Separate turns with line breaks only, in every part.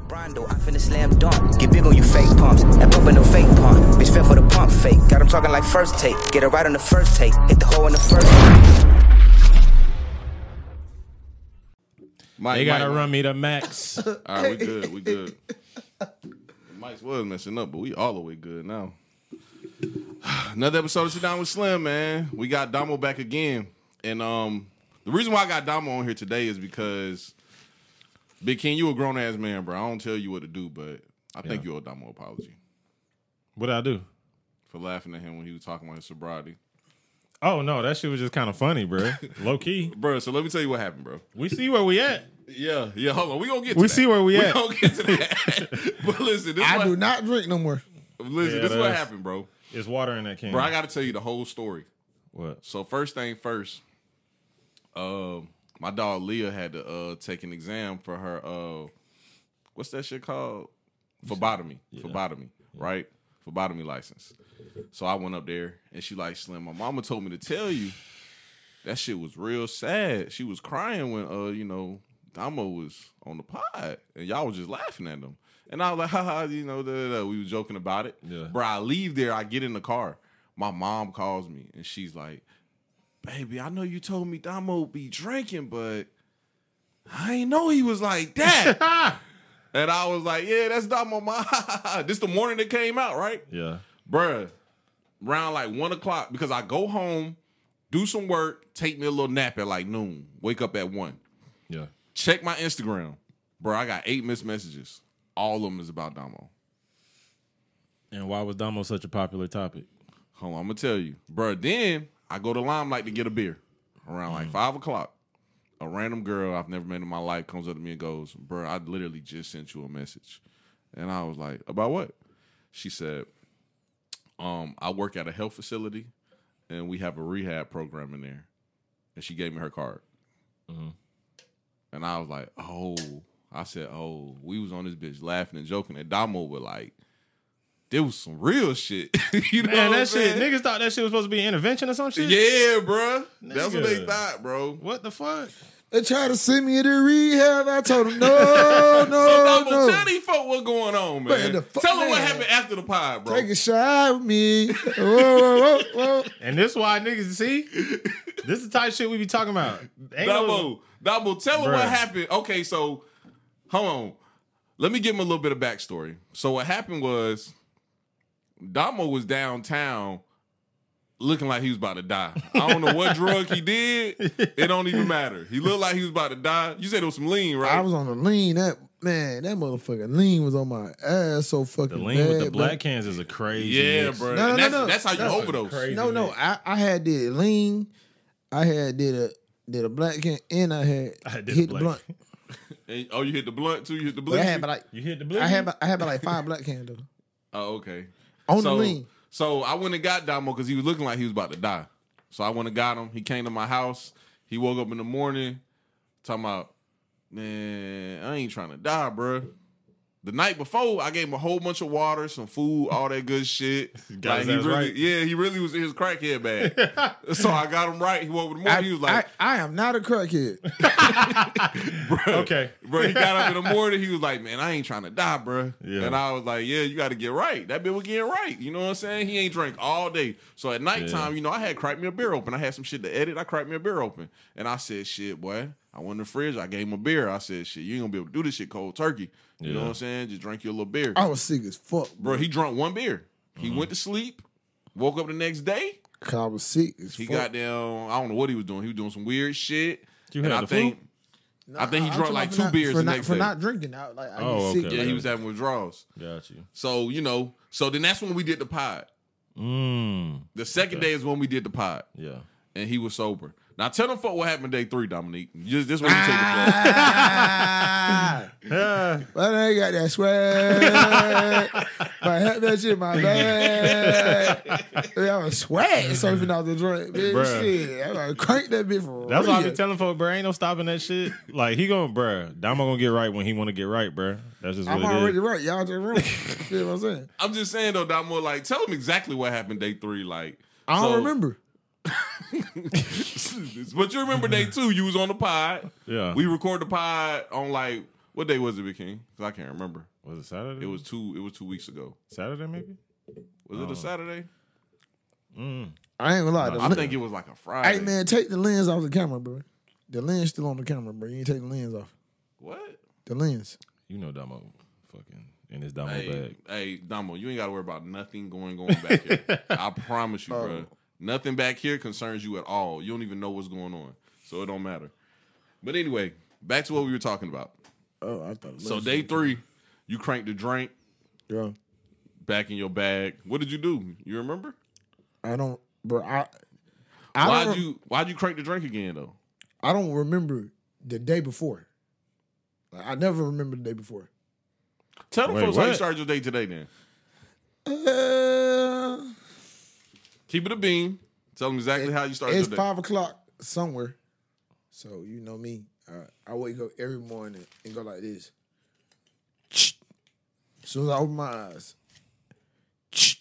Rondo, I'm finna slam dunk. Get big on you fake pumps. That bumpin' no fake pump. Bitch fell for the pump fake. Got him talking like first take. Get it right on the first take. Hit the hole in the first.
Mike,
They gotta
Mike,
run me to max.
All right, we good. We good. Mike's was messing up, but we all the way good now. Another episode of Sit Down with Slim, man. We got Damo back again, and um, the reason why I got Damo on here today is because Big King, you a grown ass man, bro. I don't tell you what to do, but I think you owe Damo an apology
what I do?
for laughing at him when he was talking about his sobriety,
Oh no, that shit was just kind of funny, bro. Low key.
bro. So let me tell you what happened, bro.
We see where we at.
Yeah, yeah. Hold on, we gonna get. To
We
that.
see where we at.
gonna get to that. but listen, this
I
what,
do not drink no more.
listen.
Yeah,
this is what
that's-
happened, bro.
It's water in that can.
Bro, I got to tell you the whole story.
what?
So first thing first, um, my dog Leah had to uh take an exam for her uh, what's that shit called? Phlebotomy, phlebotomy, right? Phlebotomy license. So I went up there and she like Slim. My mama told me to tell you that shit was real sad. She was crying when uh you know Damo was on the pod and y'all was just laughing at them. And I was like, haha, you know, da, da, da. we was joking about it.
Yeah.
Bro, I leave there, I get in the car. My mom calls me and she's like, baby, I know you told me Damo be drinking, but I ain't know he was like that. and I was like, yeah, that's Damo. Ma. this the morning that came out, right?
Yeah.
Bruh, round like one o'clock, because I go home, do some work, take me a little nap at like noon, wake up at one,
Yeah.
check my Instagram. Bruh, I got eight missed messages. All of them is about Damo.
And why was Damo such a popular topic?
Hold on, I'm gonna tell you, bro. Then I go to Limelight to get a beer around like five o'clock. A random girl I've never met in my life comes up to me and goes, "Bro, I literally just sent you a message," and I was like, "About what?" She said, "Um, I work at a health facility, and we have a rehab program in there." And she gave me her card, and I was like, "Oh." I said, "Oh, we was on this bitch laughing and joking." And Damo was like, "There was some real shit." you know
Man,
what I'm
that shit.
saying?
Niggas thought that shit was supposed to be intervention or some shit.
Yeah, bruh. That's what they
Nigga.
thought, bro.
What the fuck?
They tried to send me to rehab. I told them no, no,
Double,
Oh, no.
Tell these folk what's going on, man.
Man, the fu-
Tell them what
man.
happened after the pod, bro.
Take a shot with me. Whoa, whoa, whoa, whoa.
And this why niggas see. this is the type of shit we be talking about. Ain't no-
Double, double. Tell them what
Bruh.
happened. Okay, so hold on. Let me give him a little bit of backstory. So what happened was, Damo was downtown, looking like he was about to die. I don't know what drug he did. It don't even matter. He looked like he was about to die. You said it was some lean, right?
I was on the lean. That man, that motherfucker lean was on my ass so
the
fucking
lean
bad,
with the
but-
black cans is a crazy.
yeah,
mix.
bro.
No, no,
that's,
no, no.
that's how you
That's
overdose.
crazy
No, no.
mix.
I, I had did lean. I had did a did a black can and I had,
I did the
hit the
black.
blunt.
And, oh, you hit the blunt too. You hit the
But I
blunt.
had about like
You hit the blue.
I had about, I had about like five black cans though.
Oh, okay.
On
so,
the lean.
So I went and got Damo because he was looking like he was about to die. So I went and got him. He came to my house. He woke up in the morning talking about, man, I ain't trying to die, bruh. The night before, I gave him a whole bunch of water, some food, all that good shit.
Got his
he
ass
really,
right.
yeah, he really was in his crackhead bag. so I got him right. He woke up in the morning.
I,
he was like,
I, I am not a crackhead.
bro.
Okay.
bro. He got up in the morning. He was like, "Man, I ain't trying to die, bro."
Yeah.
And I was like, "Yeah, you got to get right. That bitch was getting right. You know what I'm saying? He ain't drank all day. So at nighttime, you know, I had cracked me a beer open. I had some shit to edit. I cracked me a beer open, and I said, "Shit, boy." I went in the fridge. I gave him a beer. I said, "Shit, you ain't gonna be able to do this shit cold turkey." You know
Yeah.
what I'm saying? Just drink your little beer,
I was sick as fuck,
bro. He drunk one beer. He
Mm-hmm.
went to sleep. Woke up the next day.
Cause I was sick as
He
fuck.
got down. I don't know what he was doing. He was doing some weird shit.
You
and
had
I
the
think.
flu?
I think he
I'm
drank
talking
like
about
two
for not-
beers
for
the
not
next
for
day.
not drinking. I, like, I get
Oh,
sick.
okay.
Yeah, he was having withdrawals.
Got you.
So, you know, so then that's when we did the pod.
Mm.
The second day is when we did the pod,
Yeah.
and he was sober. Now tell them fuck what happened day three, Dominique. Just this one you take the
Ah.
floor.
Yeah.
But I ain't got that swag. but I had that shit in my bag. I was swag surfing out the drink. Bitch,
Bruh.
shit. I like, crank that bitch for
That's
real.
what I be telling folks, bro. Ain't no stopping that shit. Like he gonna, bro. Damo gonna get right when he want to get right, bro. That's just
I'm
what it
already
is.
right. Y'all just wrong. you know what I'm saying?
I'm just saying though, Damo, like tell them exactly what happened day three. Like
I don't
so-
remember.
but you remember day two, you was on the pod.
Yeah.
We recorded the pod on like What day was it, Big King? Because I can't remember.
Was it Saturday?
It was two. It was two weeks ago.
Saturday, maybe.
Was it a Saturday?
I ain't gonna lie.
I
the,
think it was like a Friday.
hey man, take the lens off the camera, bro. The lens still on the camera, bro. You ain't take the lens off.
What?
The lens.
You know, Damo, fucking in his Damo
Hey,
bag.
hey, Damo, you ain't got to worry about nothing going on back here. I promise you, bro. Nothing back here concerns you at all. You don't even know what's going on, so it don't matter. But anyway, back to what we were talking about.
Oh, I thought.
So day three, you cranked the drink
yeah.
back in your bag. What did you do? You remember?
I don't, bro. I, I
Why'd
don't,
you Why'd you crank the drink again though?
I don't remember the day before. Like, I never remember the day before.
Tell them
Wait,
folks how you
what?
started your day today. Then
Uh,
keep it a beam. Tell them exactly how you started
it's
your day.
five o'clock somewhere, so you know me. I, I wake up every morning and go like this. As soon as I open my eyes,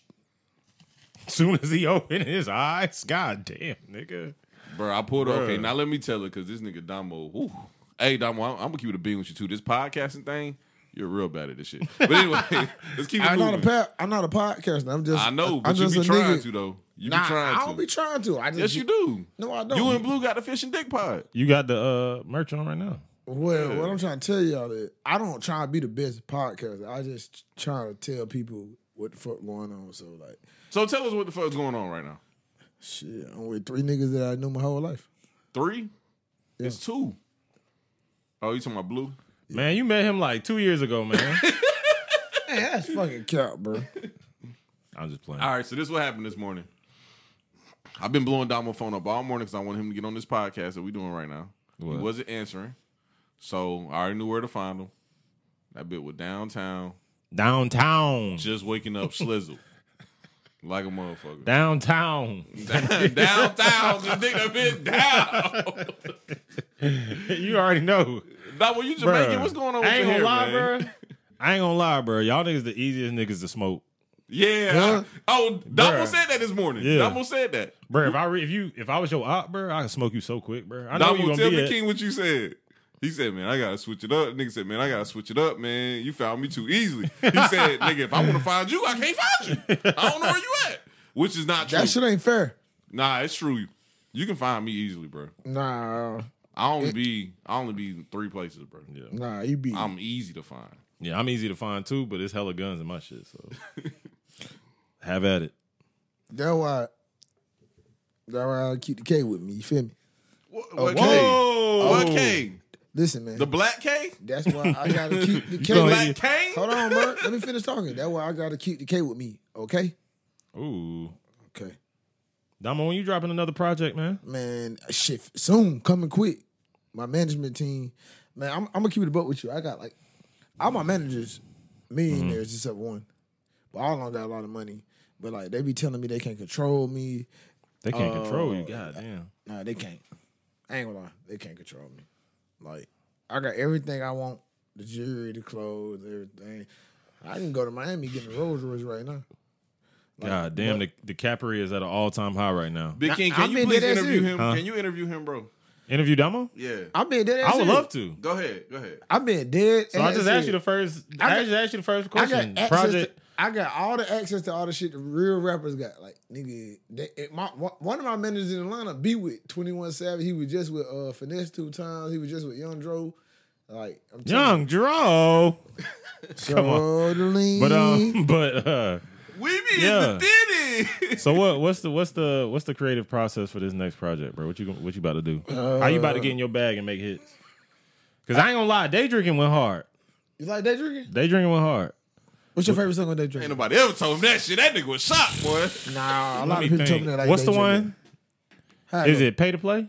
Soon as he opened his eyes, god damn, nigga.
Bro, I pulled up. Okay,
Bruh.
now let me tell it because this nigga Damo. whew. Hey, Damo, I'm, I'm gonna keep it a beam with you too. This podcasting thing, you're real bad at this shit. But anyway, let's keep it
I'm not a
moving.
pa- I'm not a podcaster. I'm just
I know, but
I'm
you
just
be
a
trying
nigga.
to though. You
Nah,
be trying
I don't
to.
be trying to. I just
yes, you do.
No, I don't.
You and Blue got the fish and dick pod.
You got the uh, merch on right now.
Well, what I'm trying to tell y'all is I don't try to be the best podcaster. I just trying to tell people what the fuck going on. So like,
So tell us what the fuck's going on right now.
shit, I'm with three niggas that I knew my whole life.
Three, it's two. Oh, you talking about Blue?
Man, you met him like two years ago, man.
That's fucking cap, bro.
I'm just playing.
All right, so this is what happened this morning. I've been blowing Damo phone up all morning because I want him to get on this podcast that we doing right now. He
What?
wasn't answering, so I already knew where to find him. That bit was downtown,
Downtown.
just waking up, slizzle like a motherfucker.
Downtown.
downtown, just dig that bitch down.
you already know.
Damo, you
Bruh.
Jamaican? What's going on? With
I ain't
your hair,
gonna lie,
man?
bro. I ain't gonna lie, bro. Y'all niggas the easiest niggas to smoke.
Yeah.
Huh?
Oh, Damo
Bruh.
said that this morning.
Yeah.
Damo said that.
Bro, if I re- if you if I was your op, bro, I could smoke you so quick, bro. I know you
Damo,
gonna
tell
be
the
at-
king what you said. He said, man, I gotta switch it up. Nigga said, man, I gotta switch it up, man. You found me too easily. He said, nigga, if I wanna find you, I can't find you. I don't know where you at. Which is not true.
That shit ain't fair.
nah, it's true. You can find me easily, bro.
Nah,
I only be I only be in three places, bro.
Yeah.
nah, you be.
I'm easy to find.
Yeah, I'm easy to find too, but it's hella guns in my shit. So have at it.
That's why. That's why I keep the K with me. You feel me?
What, what
whoa.
K? What
Oh.
K?
Listen, man.
The black K?
that's why I gotta keep the K.
gonna
with
let
me.
Black K?
Hold on, bro. Let me finish talking. That's why I gotta keep the K with me. Okay.
Ooh.
Okay.
Damo, when you dropping another project, man?
man, shit, soon coming quick. My management team, man, I'm, I'm gonna keep it a buck with you. I got like all my managers,
Mm-hmm.
millionaires except one, but all of them got a lot of money. But like they be telling me they can't control me.
They can't control you.
Oh,
God damn.
Nah, they can't. I ain't gonna lie, they can't control me. Like I got everything I want: the jewelry, the clothes, everything. I can go to Miami getting a Rolls Royce right now.
God damn, the, the Capri is at an all time high right now.
Big King,
I-
can
I'm
you
being
please
dead ass
interview
serious.
him?
Huh?
Can you interview him, bro?
Interview Damo?
Yeah.
I've been dead.
I would love to.
Go ahead. Go ahead.
I've been dead.
So I
ass
just asked you
serious.
the first
I
I,
got-
just asked you the first
I got
question.
access
Project
To, I got all the access to all the shit the real rappers got. Like nigga, they, it, my one one of my managers in Atlanta be with Twenty One Savage. He was just with uh Finesse two times. He was just with Young Dro. Like I'm
Young Dro.
come on.
But um but uh
We be
Yeah.
in the ditty.
so what what's the what's the what's the creative process for this next project, bro? What you gon- what you about to do? How you about to get in your bag and make hits? Cause I ain't gonna lie, day drinking went hard.
you like day drinking?
Day drinking went hard.
What's your favorite song on day
Ain't
drinking?
nobody ever told him that shit. That nigga was shocked, boy.
Nah, a lot
Let
of
me
people told me
think.
that. Like
What's
Day
the
Drinking.
one?
How
Is
go?
it pay to play?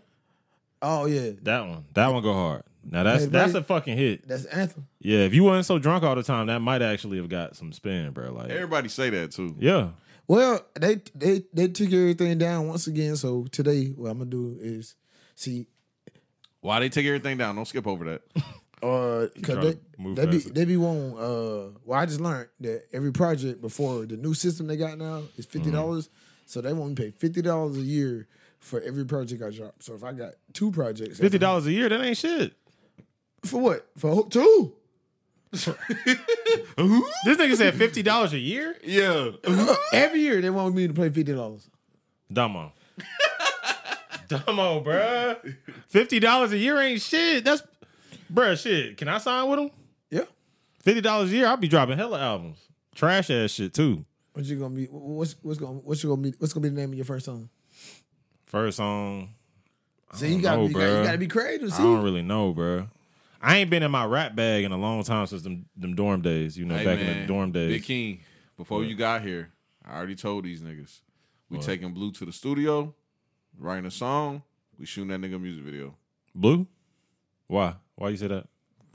Oh yeah,
That one. That one go hard. Now that's
Pay to
that's
Play?
a fucking hit.
that's the anthem.
Yeah, if you wasn't so drunk all the time, that might actually have got some spin, bro. Like,
Everybody say that too.
yeah,
Well, they they they took everything down once again. So today, what I'm gonna do is see
Why they take everything down? Don't skip over that.
Uh,
trying
cause
to
they,
move
they be
faster.
they be wanting. Uh, well, I just learned that every project before the new system they got now is
Mm-hmm.
fifty dollars, so they want me to pay fifty dollars a year for every project I drop. So if I got two projects, that's
fifty dollars a year, that ain't shit.
for what? For who- two?
This nigga said fifty dollars a year.
Yeah.
Every year they want me to play fifty dollars.
Dumbo. Dumbo, bruh. Fifty dollars a year ain't shit. That's bruh, shit. Can I sign with him?
Yeah.
Fifty dollars a year, I'll be dropping hella albums. Trash ass shit too.
What you gonna be? What's what's gonna what's you gonna be? What's gonna be the name of your first song?
First song.
See, you gotta
know,
be you gotta,
bruh.
you gotta be creative.
I
See,
don't really know, bruh. I ain't been in my rap bag in a long time since them, them dorm days. You know,
Hey,
back in
man,
the dorm
Big
days.
King, before you got here, I already told these niggas. We taking Blue to the studio, writing a song, we shooting that nigga music video.
Blue. Why? Why you say that?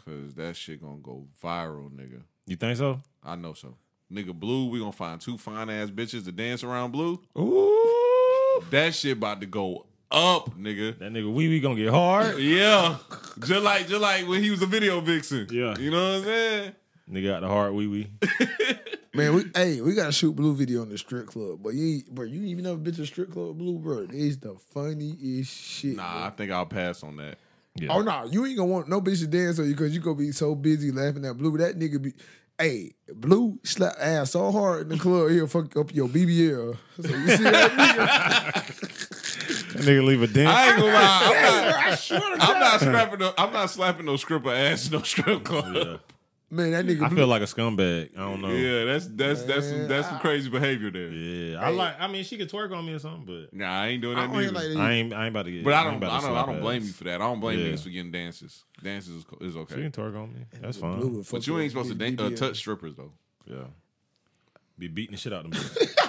Cause that shit gonna go viral, nigga.
You think so?
I know so. Nigga Blue, we gonna find two fine ass bitches to dance around Blue.
Ooh.
That shit about to go up, nigga.
That nigga Wee Wee gonna get hard.
Yeah. just like just like when he was a video vixen.
Yeah.
You know what I'm saying?
nigga got the hard Wee Wee.
man, we hey, we gotta shoot blue video in the strip club. But you, ain't- bro, you ain't even never been to the strip club, blue, bro. It's the funniest shit.
Nah,
bro.
I think I'll pass on that.
Yeah.
Oh no, you ain't gonna want no bitch to dance on you because you gonna be so busy laughing at Blue. That nigga be, hey, Blue slap ass so hard in the club he'll fuck up your BBL. So you see that
That nigga leave a dent.
I ain't gonna lie. I'm
nigga?
not-
Bro, I swear to God.
I'm not slapping. No, I'm not slapping no stripper ass. in No strip club. Yeah,
man, that nigga.
I
Blue,
feel like a scumbag. I don't know.
that's that's that's some, that's some crazy behavior there.
Yeah, I like. I mean, she could twerk on me or something,
Nah, I ain't doing
I
that
don't hear
neither.
like
but
that.
I ain't. I ain't about to get.
but I
ain't
don't.
about
I
to
don't. I
slap
don't blame
ass.
you for that. I don't blame
Yeah.
niggas for getting dances. Dances is, co- is
She
okay.
can twerk on me. That's
Blue
fine.
would fuck
But you ain't
up
supposed to
his
dan- uh,
BBL.
touch strippers though.
Yeah. Be beating the shit out of them.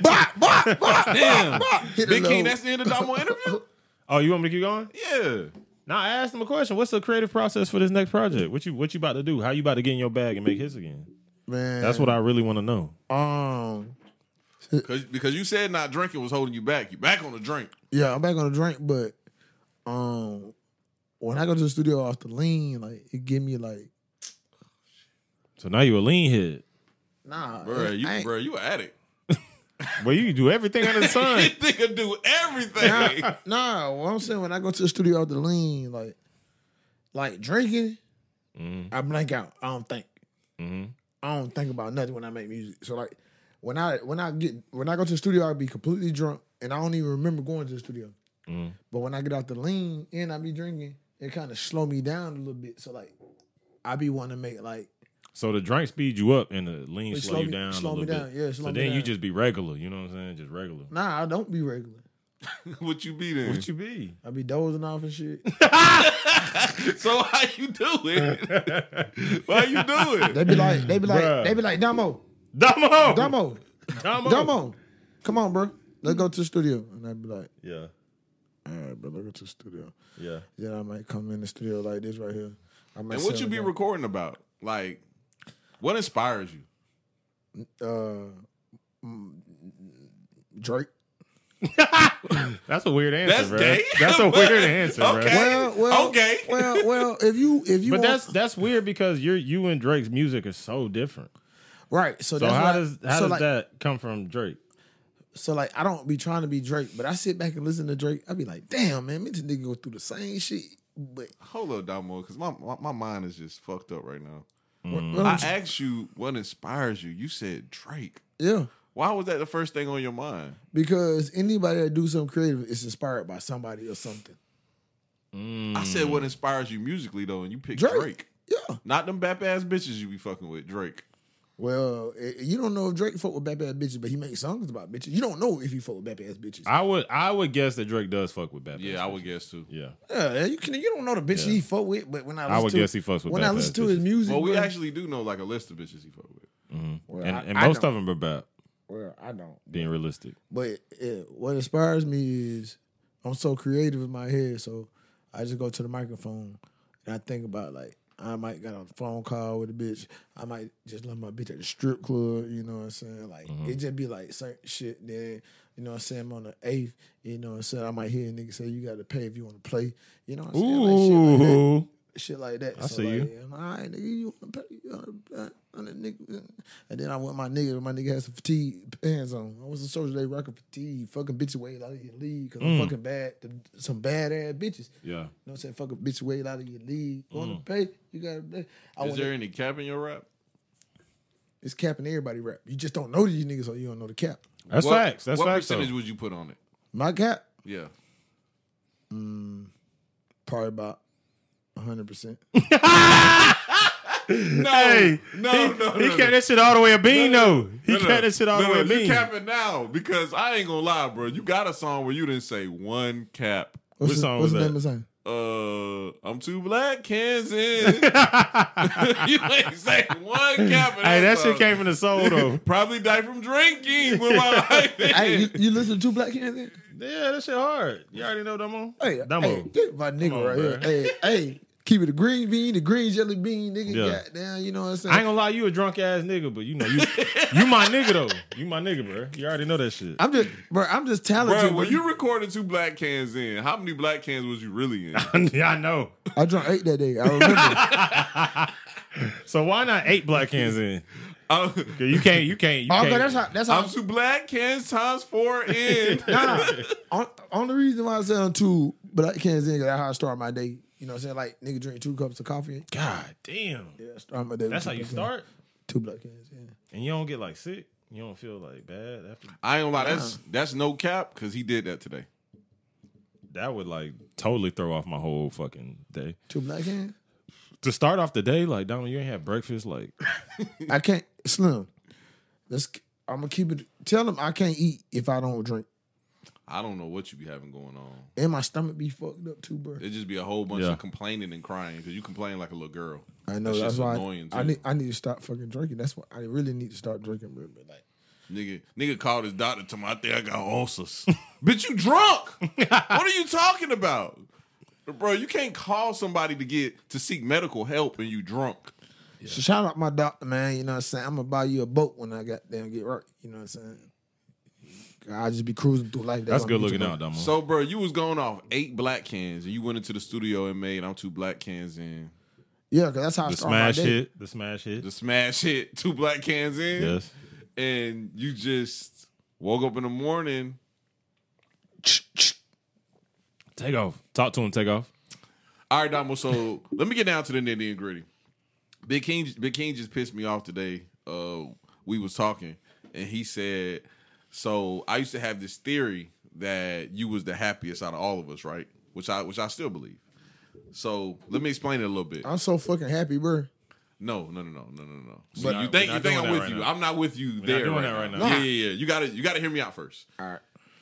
Bop, bop, bop,
Damn,
Hit
Big
it
King.
low.
That's the end of Domo interview.
oh, you want me to keep going?
Yeah.
Now I asked him a question. What's the creative process for this next project? What you What you about to do? How you about to get in your bag and make hits again?
man.
That's what I really want to know.
Um,
Cause, because you said not drinking was holding you back. You back on the drink.
yeah, I'm back on the drink, but um, when I go to the studio off the lean, like it give me like,
So now you a lean head.
nah,
Bruh, you
I ain't-
bruh, you an addict.
Well, you can do everything under the
You
sun.
think I do everything.
Nah, nah, what I'm saying when I go to the studio off the lean, like, like drinking, I blank out. I don't think. I don't think about nothing when I make music. So like, when I when I get when I go to the studio, I'll be completely drunk, and I don't even remember going to the studio. But when I get off the lean and I be drinking, it kind of slow me down a little bit. So like, I be wanting to make like
so the drink speed you up and the lean
It
slow,
slow
you
me-
down.
slow
a
me
little
down.
Bit.
Yeah, it
so
slow
then
me
you
down.
just be regular. You know what I'm saying? Just regular.
nah, I don't be regular.
what you be then?
What you be?
I be dozing off and shit.
so how you do it? Why you do it?
They be like, they be like,
Bruh.
they be like, Damo,
Dumbo.
Damo,
Dumbo.
Damo, come on, bro. Let's go to the studio. And I'd be like,
Yeah.
all right, bro, let's go to the studio.
Yeah.
Then I might come in the studio like this right here. I might
And what
sound
you be
like,
recording about? Like, what inspires you?
uh, mm, Drake.
That's a weird answer,
That's
bro.
gay?
That's a weird answer,
Okay.
bro.
Well, well,
Okay.
well, well. If you, if you,
But
want-
that's that's weird because you're you and Drake's music is so different.
right. So,
So
that's
how
why-
does how
so
does
like,
that come from Drake?
So like, I don't be trying to be Drake, but I sit back and listen to Drake. I be like, damn, man, me and this nigga go through the same shit. But
Hold up, Damo, because my, my my mind is just fucked up right now.
Mm.
but
I
I'm-
asked you what inspires you. You said Drake.
yeah,
Why was that the first thing on your mind?
because anybody that do something creative is inspired by somebody or something.
I said what inspires you musically though, and you picked Drake.
Drake. Yeah.
Not them bap ass bitches you be fucking with, Drake.
Well, eh, you don't know if Drake fuck with bad ass bitches, but he makes songs about bitches. You don't know if he fuck with bad ass bitches.
I would I would guess that Drake does fuck with Bad
Yeah, I would guess too.
Yeah.
yeah, you can. You don't know the bitch
Yeah.
he fuck with, but when I,
I
listen
would
to,
guess he fucks with
When I
bad
listen
ass
to his
bitches.
music,
Well, we
bro,
actually do know like a list of bitches he fuck with.
well,
And,
I-
and
I
most
don't.
of them are bad,
Well, I don't.
being realistic.
But eh, what inspires me is I'm so creative in my head, so I just go to the microphone and I think about like I might got on a phone call with a bitch. I might just love my bitch at the strip club. You know what I'm saying? Like it just be like certain shit. Then you know what I'm saying? I'm on the eighth. You know what I'm saying? I might hear a nigga say you got to pay if you want to play. You know what I'm saying? Like, shit like that.
I
shit like that.
see you.
I'm, All right, nigga, you want to pay? You want to pay? nigga. And then I went my nigga, my nigga had some fatigue pants on. I was a soldier day rocking fatigue, fucking bitch away out of your league, cause I'm fucking bad, some bad ass bitches. You know
Mm. Yeah. Mm.
what I'm saying? Fucking bitch away out of your league. Going to pay, you gotta. I
Is
wanna-
there any cap in your rap?
it's capping everybody rap. You just don't know these niggas, so you don't know the cap.
That's
what,
facts. That's
what
facts.
percentage
Though.
would you put on it?
My cap
Yeah.
probably about hundred percent.
No,
Hey,
no,
he,
no, no.
he
no.
kept that shit all the way at Bean
No, no,
though. He
no,
kept
no.
that shit all
No,
the way
no,
at
You
Bean.
capping now because I ain't gonna lie, bro. You got a song where you didn't say one cap.
What's,
What
the-
song was
what's the
that?
name of the song?
Uh, I'm too black, Kansas. you ain't say one cap. in
Hey, that shit
song.
came from the soul though.
Probably die from drinking with my life.
hey, you, you listen to two black kids? Then?
yeah, that shit hard. You already know Damo.
Hey,
Damo.
hey, get my nigga
on,
right
bruh.
here. Hey, hey, keep it a green bean, the green jelly bean, nigga.
Yeah.
Goddamn, you know what I'm saying?
I ain't gonna lie, you a drunk ass nigga, but you know you you my nigga though. You my nigga, bro. You already know that shit.
I'm just, bro. I'm just talented.
Bro, when
bruh.
you recorded two black cans in, how many black cans was you really in?
yeah, I know.
I drank eight that day. I remember.
So why not eight black cans in?
I'm,
'Cause You can't. You can't. You
oh,
can't.
God, that's how. That's how.
I'm two black cans times four in.
on, only reason why I said I'm two, but I can't say that's how I start my day. You know what I'm saying? Like nigga drink two cups of coffee.
God damn.
Yeah, I start my day. with
That's
two
how you
black cans.
start,
Two black cans. Yeah.
and you don't get like sick. You don't feel like bad after.
I ain't gonna lie, that's that's no cap because he did that today.
That would like totally throw off my whole fucking day.
Two black cans.
To start off the day, like Donald, you ain't had breakfast. Like
I can't slim. Let's. I'm gonna keep it. Tell them I can't eat if I don't drink,
I don't know what you be having going on.
and my stomach be fucked up too, bro.
It just be a whole bunch
Yeah.
of complaining and crying because you complain like a little girl.
I know
That
that's
shit's
why
annoying,
I, I
too.
need I need to stop fucking drinking. That's why I really need to start drinking, bro. But like,
Nigga, nigga called his doctor to me. I think I got ulcers. Bitch, you drunk? what are you talking about, bro? You can't call somebody to get to seek medical help and you drunk.
so shout out my doctor, man. You know what I'm saying? I'm gonna buy you a boat when I got down get right. You know what I'm saying? I just be cruising through life.
that's
why I
good
need to
looking
go.
out, Damo.
So, bro, you was going off eight black cans and you went into the studio and made I'm two black cans in.
Yeah, cause that's how I
the
start my
smash
day.
hit. The smash hit.
The smash hit, two black cans in.
Yes.
And you just woke up in the morning.
Take off. Talk to him. Take off.
All right, Damo. So let me get down to the nitty and gritty. Big King, Big King just pissed me off today. Uh, we was talking, and he said, "So I used to have this theory that you was the happiest out of all of us, right? Which I, which I still believe. So let me explain it a little bit.
I'm so fucking happy, bro.
No, no, no, no, no, no, no.
We're
So
not-
you think
we're
you think
not doing
I'm
that
with
right
you?
now.
I'm not with you
not
there.
doing
right
that right
now.
now.
Yeah, yeah, yeah. You gotta you gotta hear me out first.
All right.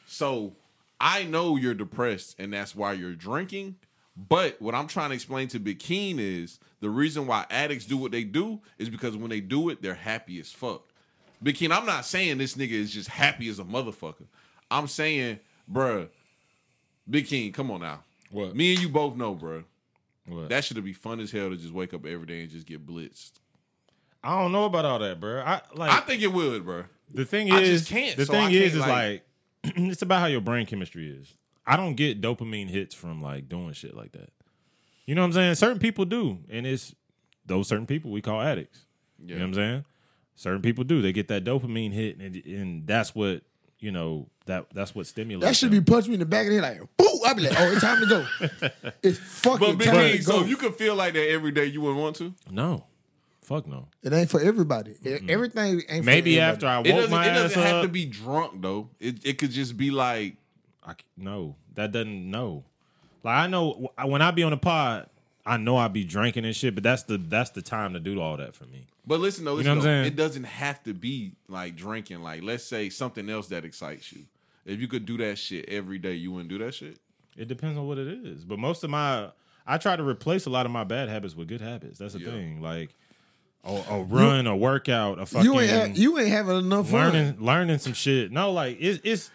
So I know you're depressed and that's why you're drinking. But what I'm trying to explain to Bikeen is the reason why addicts do what they do is because when they do it, they're happy as fuck. Bikeen, I'm not saying this nigga is just happy as a motherfucker. I'm saying, bruh, Bikeen, come on now.
What?
Me and you both know, bruh.
What?
That should be fun as hell to just wake up every day and just get blitzed.
I don't know about all that, bro. I like.
I think it would, bruh.
The thing
I
is,
just can't,
the
so
thing
I
is,
can't,
is like,
like-
it's about how your brain chemistry is. I don't get dopamine hits from like doing shit like that. You know what I'm saying? Certain people do, and it's those certain people we call addicts. You know what I'm saying? Certain people do. They get that dopamine hit, and, and that's what you know that that's what stimulates.
That should be
them.
punch me in the back of the head like, boo. I be like, oh, it's time to go. it's fucking
But Big
time to
King,
go.
so if you could feel like that every day, you wouldn't want to.
no, fuck no.
it ain't for everybody. E-
Mm-hmm.
Everything ain't.
Maybe
for everybody.
after I woke
It doesn't.
my
It
ass
doesn't have
up,
to be drunk though. It it could just be like
I c- no, that doesn't no. Like I know wh- when I be on the pod, I know I be drinking and shit, but that's the that's the time to do all that for me.
But listen though, listen
know what I'm
though.
saying?
it doesn't have to be like drinking. Like let's say something else that excites you. If you could do that shit every day, you wouldn't do that shit.
It depends on what it is, but most of my I try to replace a lot of my bad habits with good habits. That's the
Yeah.
thing, like a, a run, a workout, a fucking
you ain't ha- you ain't having enough fun.
learning learning some shit. No, like it's it's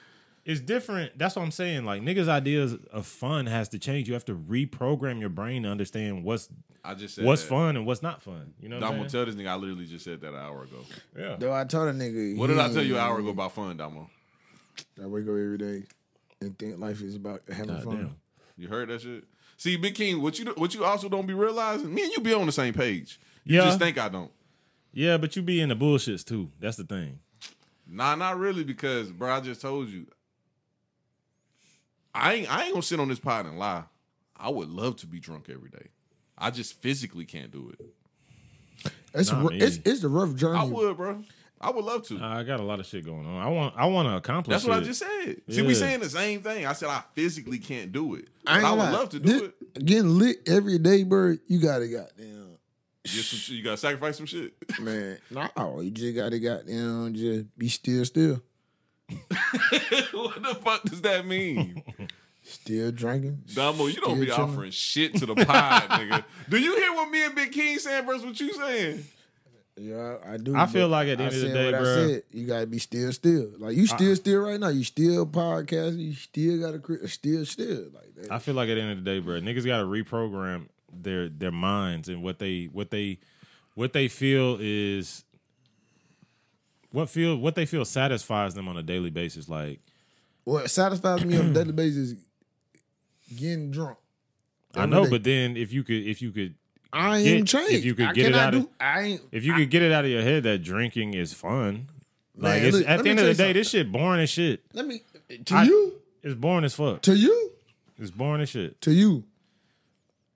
it's different. That's what I'm saying. Like niggas' ideas of fun has to change. You have to reprogram your brain to understand what's
I just said
what's
that.
fun and what's not fun. You know, what
Damo,
I'm saying?
tell this nigga I literally just said that an hour ago.
yeah.
Though I told a nigga.
What did I
he-
tell you an hour ago about fun, Damo?
I wake up every day and think life is about having fun.
Goddamn.
You heard that shit? See, Big King, what you what you also don't be realizing, me and you be on the same page. You
Yeah.
just think I don't.
Yeah, but you be in the bullshits too. That's the thing.
Nah, not really, because bro, I just told you. I ain't I ain't gonna sit on this pod and lie. I would love to be drunk every day. I just physically can't do it.
It's,
Nah,
a,
man.
it's, it's the rough journey.
I would, bro. I would love
Uh,
to.
I got a lot of shit going on. I want I want to accomplish.
That's what I
shit.
just said. See, we
Yeah.
saying the same thing. I said I physically can't do it. But
I, ain't
I, would
gonna lie.
love to do
This-
it.
Getting lit every day, bro. You gotta goddamn
Just some shit. You gotta sacrifice some shit.
man. No, you just gotta goddamn just be still, still,
what the fuck does that mean?
still drinking.
Damo, you don't
still
be
chilling.
offering shit to the pod, nigga. Do you hear what me and Big King saying versus what you saying?
Yeah, I do.
I feel
but
like at the
I
end of the
said
day,
what I
bruh.
said, you gotta be still, still. Like you still, still right now. You still podcasting. You still got a cri- still, still like that.
I feel like at the end of the day, bro, niggas got to reprogram their their minds and what they what they what they feel is what feel what they feel satisfies them on a daily basis. Like
what satisfies me on a daily basis is getting drunk.
I know, but then if you could if you could
I
get-
am changed.
if you could
I
get it
cannot
out
do.
of-
I ain't.
if you could get it out of your head that drinking is fun,
Man,
like it's,
look,
at
let
the
me
end of
tell
the
you
day, this shit boring as shit.
Let me to
I-
you,
It's boring as fuck.
to you,
It's boring as shit.
to you.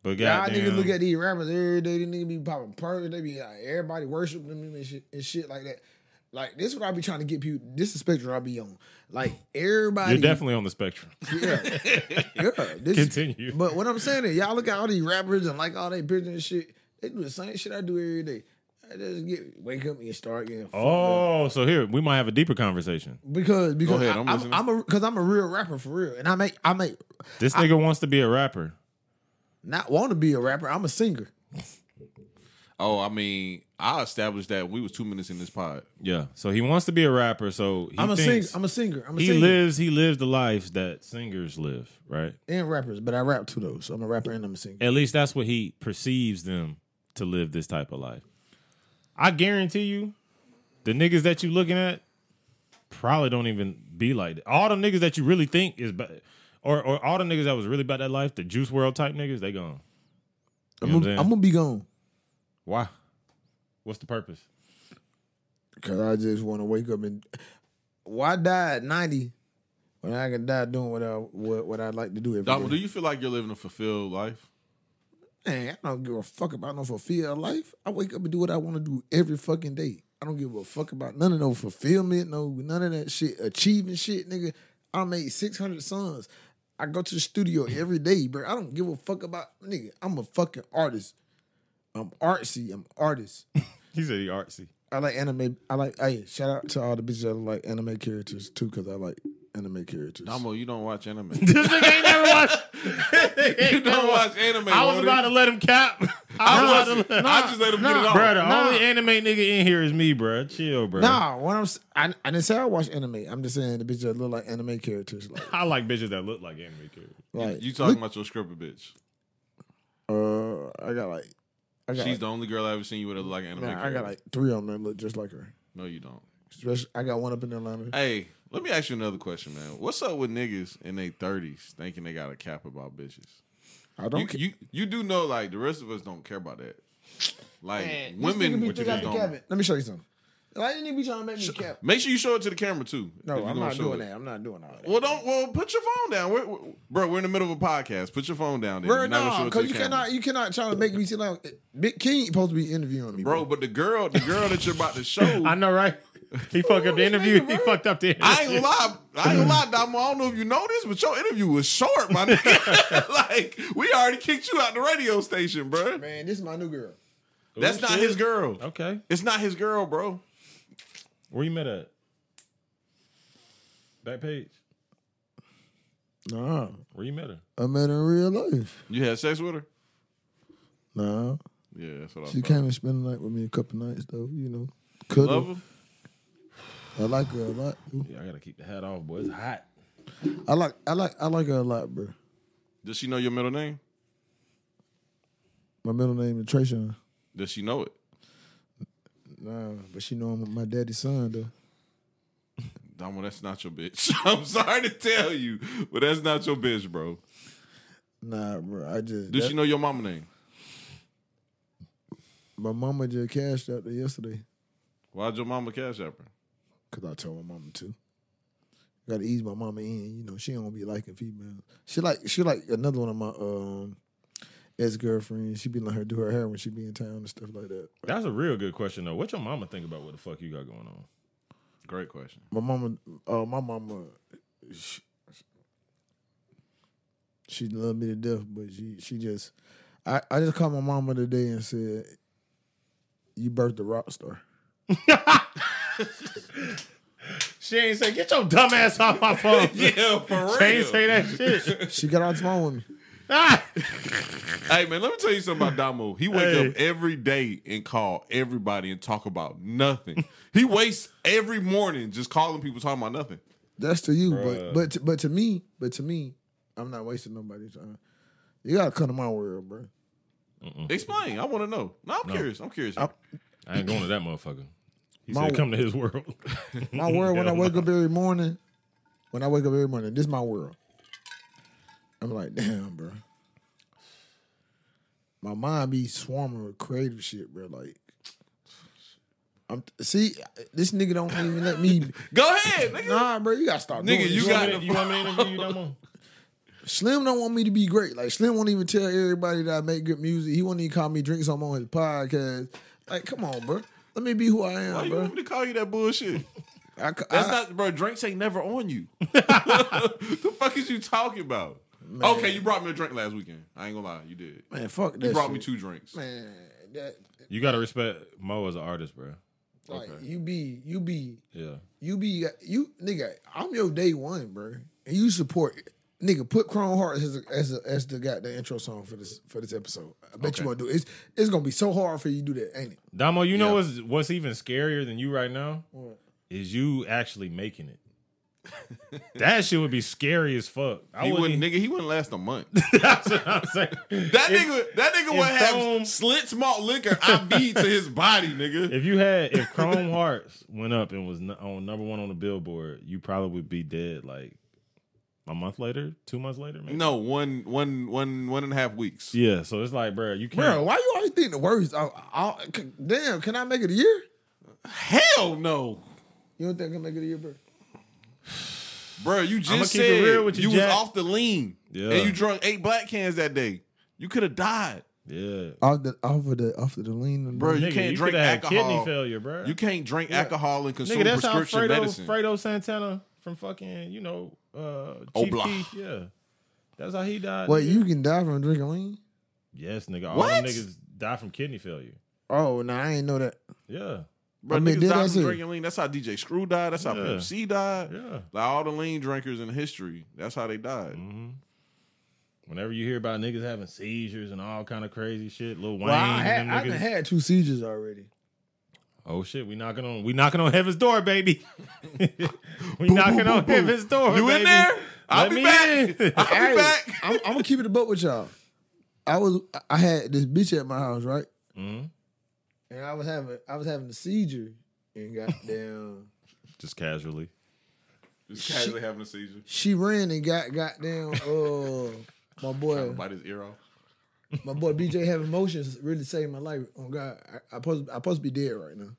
But
Y'all
goddamn,
niggas look at these rappers every day. These niggas be popping perks. They be like, everybody worshiping them and shit, and shit like that. Like this, is what I be trying to get people. This is the spectrum I be on. Like everybody,
you're definitely on the spectrum.
yeah, yeah. This is-
Continue.
but what I'm saying is, y'all look at all these rappers and like all they pictures and shit. They do the same shit I do every day. I just get wake up and start getting. fucked up.
Oh, so here we might have a deeper conversation.
because because
ahead, I'm
I, am I'm,
listening.
I'm a because I'm a real rapper for real, and I make I make
This nigga wants to be a rapper.
not want to be a rapper. I'm a singer.
Oh, I mean, I established that we was two minutes in this pod.
Yeah. So he wants to be a rapper. So he
I'm a singer.
thinks
I'm a singer. I'm a
he
singer
lives he lives the lives that singers live, right?
and rappers, but I rap too though. So I'm a rapper and I'm a singer.
At least that's what he perceives them to live this type of life. I guarantee you, the niggas that you looking at probably don't even be like that. All the niggas that you really think is ba- or or all the niggas that was really about that life, the juice world type niggas, they gone. You know what I'm
I'm, gonna-
saying?
I'm gonna be gone
Why? What's the purpose?
because I just want to wake up and why die at 90 when I can die doing what I what, what I like to do every day.
Damo, do you feel like you're living a fulfilled life?
Man, I don't give a fuck about no fulfilled life. I wake up and do what I want to do every fucking day. I don't give a fuck about none of no fulfillment, no none of that shit, achieving shit, nigga. I made six hundred songs. I go to the studio every day, bro. I don't give a fuck about nigga. I'm a fucking artist. I'm artsy. I'm artist.
He said he artsy.
I like anime. I like. Hey, shout out to all the bitches that like anime characters too, because I like anime characters.
Damo, you don't watch anime.
This nigga ain't never watched.
you don't watch anime.
I was
Wody.
about to let him cap.
I,
I was
wasn't.
about to let
I just let him get it off.
Bro, the
Nah.
only anime nigga in here is me, bro. Chill, bro.
Nah, what I'm s- I, I didn't say I watch anime. I'm just saying the bitches that look like anime characters. Like,
I like bitches that look like anime characters.
like
You talking about your stripper bitch?
Uh, I got like, I got,
She's
like,
the only girl I ever seen you with a like anime.
man, I got
character.
like three of them that look just like her.
No, you don't.
Just- I got one up in Atlanta.
Hey, let me ask you another question, man. What's up with niggas in their thirties thinking they got a cap about bitches?
I
You,
don't. care.
you you do know like the rest of us don't care about that. Like
Man, this nigga
women,
be
what you
just out
just
the
don't.
cabinet. Let me show you something. Like, you need to be trying to make me cap.
Make sure you show it to the camera too. if
No,
you
I'm
gonna
not
show
doing
it.
that. I'm not doing all that.
Well, don't. Well, put your phone down, we're, we're- bro. We're in the middle of a podcast. Put your phone down. Then.
Bro,
You're not gonna
no,
show it to
because
the
you
camera.
cannot, e-, you cannot try to make me seem like Big King ain't supposed to be interviewing me,
bro. But the girl, the girl that you're about to show,
I know, right? He fucked up the interview. He fucked up the interview.
I ain't gonna lie, I ain't gonna lie, Damo. I don't know if you know this, but your interview was short, my nigga. like we already kicked you out the radio station, bro.
Man, this is my new girl.
That's not his girl.
Okay.
It's not his girl, bro.
Where you met at? Back page.
Nah,
Where you met her?
I met her in real life.
You had sex with her?
Nah,
Yeah, that's what I
she
thought.
came and spent the night with me a couple nights though. You know, could
Love her?
I like her a lot.
Yeah, I gotta keep the hat off, boy. It's hot.
I like, I like, I like her a lot, bro.
Does she know your middle name?
My middle name is Trayshawn.
Does she know it?
Nah, but she know I'm my daddy's son though.
Damo, that's not your bitch. I'm sorry to tell you, but that's not your bitch, bro.
Nah, bro, I just
Does
that-
she know your mama name?
My mama just cashed out there yesterday
Why'd your mama cash app her?
because I told my mama to. Got to ease my mama in. You know she don't be liking females. She like she like another one of my um ex girlfriends. She be letting her do her hair when she be in town and stuff like that.
That's a real good question though. What your mama think about what the fuck you got going on?
Great question.
My mama, uh, my mama, she, she loved me to death, but she she just, I I just called my mama today and said, "You birthed a rock star."
She ain't say get your dumb ass off my phone.
Yeah, for real.
She ain't say that shit.
She got on the phone with me.
Ah!
Hey man, let me tell you something about Damo. He wake
Hey.
up every day and call everybody and talk about nothing. he wastes every morning just calling people talking about nothing.
That's to you,
Bruh.
but but to, but to me, but to me, I'm not wasting nobody's time. You gotta come to my world, bro.
Explain. I want to know. Mm. No, I'm curious. I'm curious.
I-
I ain't going to that motherfucker. He
My-
said come to his world.
My world when I wake up every morning, when I wake up every morning, this is my world. I'm like, damn, bro. My mind be swarming with creative shit, bro. Like, I'm see this nigga don't even let me.
Go ahead, nigga.
Nah, bro, you gotta start.
Nigga,
doing
you
this.
got
want me to- you want me to interview you, Damo?
Slim don't want me to be great. Like Slim won't even tell everybody that I make good music. He won't even call me drinks. I'm on his podcast. Like, come on, bro. Let me be who I
Why
am,
you
bro.
want me to call you that bullshit?
I, ca-
That's
I-
not, bro. Drinks ain't never on you. the fuck is you talking about? Okay, you brought me a drink last weekend. I ain't gonna lie, you did.
man. Fuck that.
You brought
shit.
me two drinks.
man. That
You gotta respect Mo as an artist, bro.
like you be you be
Yeah.
you be you nigga. I'm your day one, bro. And you support nigga. Put Chrome Hearts as a, as a, as the got the intro song for this for this episode. I bet
Okay.
you want to do it. It's it's gonna be so hard for you to do that, ain't it?
Damo, you know
Yeah.
what's what's even scarier than you right now? Is you actually making it. that shit would be scary as fuck. I
He
wouldn't
wouldn't, nigga. He wouldn't last a month.
That's what I'm saying.
That nigga, that nigga would have
Chrome-
slits malt liquor IV to his body, nigga.
If you had if Chrome Hearts went up and was n- on number one on the Billboard, you probably would be dead like a month later, two months later, maybe.
No, one, one, one, one and a half weeks.
Yeah, so it's like, bro, you can't.
Bro, why you always think the words? I, I, c- damn, can I make it a year?
Hell no,
You don't think I can make it a year, bro?
bro. You just
I'ma keep
said
it real with you,
you
Jack.
was off the lean,
Yeah.
and you drunk eight black cans that day. You could have died,
yeah,
Off the off of the off of the lean, and-
bro. you
Nigga,
can't
you
drink
coulda had
alcohol.
Kidney failure, bro.
You can't drink alcohol and consume
Nigga, that's how
prescription
Fredo,
medicine.
Fredo Santana from fucking, you know, uh, Chief
Obla.
Keef, yeah. That's how he died.
Wait,
nigga.
you can die from drinking lean?
Yes, nigga. All
What?
them niggas die from kidney failure.
Oh no, I ain't know that.
Yeah.
Bro,
I mean,
niggas
did I
died
see?
from drinking lean. That's how DJ Screw died. That's how
Yeah.
Pimp C died.
Yeah.
Like all the lean drinkers in history. That's how they died.
Mm-hmm. Whenever you hear about niggas having seizures and all kind of crazy shit, Lil Wayne
Well, I had
and
I
them
done
niggas.
had two seizures already.
oh shit, we knocking on we knocking on heaven's door, baby. we knocking on heaven's door.
You
baby.
in there? I'll
Let
be
me
back.
in.
I'll be
Hey,
back.
I'm, I'm gonna keep it a buck with y'all. I was I had this bitch at my house, right?
Mm-hmm.
Mhm.
And I was having I was having a seizure and goddamn
Just casually.
Just casually having a seizure.
she ran and got goddamn uh my boy
Bite his ear off.
my boy BJ having motions really saved my life. Oh God, I, I supposed I supposed to be dead right now.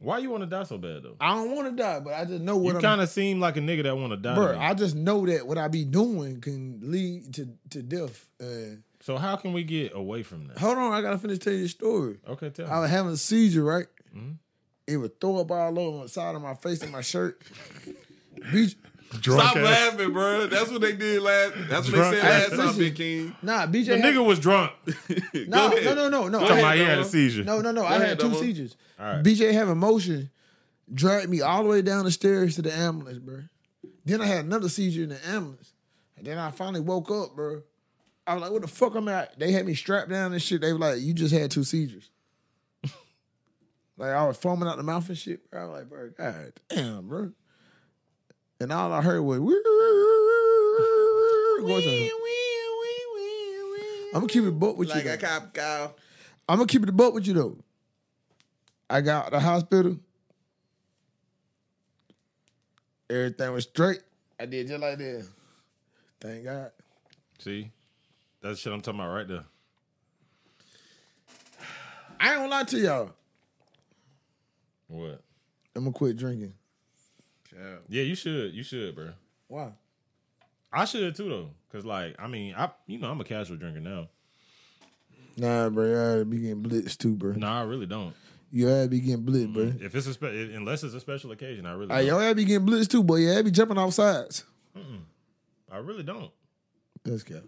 Why you want to die so bad though?
I don't want to die, but I just know what
you
I'm.
kind of seem like a nigga that want to die. to
Bruh,
me.
I just know that what I be doing can lead to to death. And
so how can we get away from that?
hold on, I gotta finish telling you the story.
Okay, tell
I
me.
was having a seizure, right?
Mm-hmm.
It would throw up all over the side of my face and my shirt. BJ,
Stop
ass-
laughing, bro. That's what they did last. That's what
Drunk
they
ass-
said last time,
Listen.
Big King.
nah, BJ.
The
had-
nigga was drunk.
no,
Go ahead.
no, no, no,
Go ahead,
no. I had-
Somebody had a
Damo.
seizure.
No, no, no. I
ahead,
had two
Damo.
seizures.
right.
BJ having motion dragged me all the way down the stairs to the ambulance, bro. Then I had another seizure in the ambulance. And then I finally woke up, bro. I was like, what the fuck am I? They had me strapped down and shit. They were like, you just had two seizures. like I was foaming out the mouth and shit, bro. I was like, bro, god damn, bro. And all I heard was going to- I'm gonna keep it a buck with you. though.
cop cow.
I'm gonna keep it a buck with you though. I got out the hospital. Everything was straight. I did just like that. Thank God.
See, that's the shit I'm talking about right there.
I ain't gonna lie to y'all.
What?
I'm gonna quit drinking.
Yeah.
Yeah, you should. You should, bro.
Why?
I should too though, cause like I mean, I you know I'm a casual drinker now.
Nah, bro. I be getting blitzed too, bro.
No, I really don't.
You had be getting blitzed, bro.
If it's a spe- unless it's a special occasion, I really
Hey,
don't.
y'all had be getting blitzed too, boy. Yeah, I be jumping off sides.
I really don't.
That's good.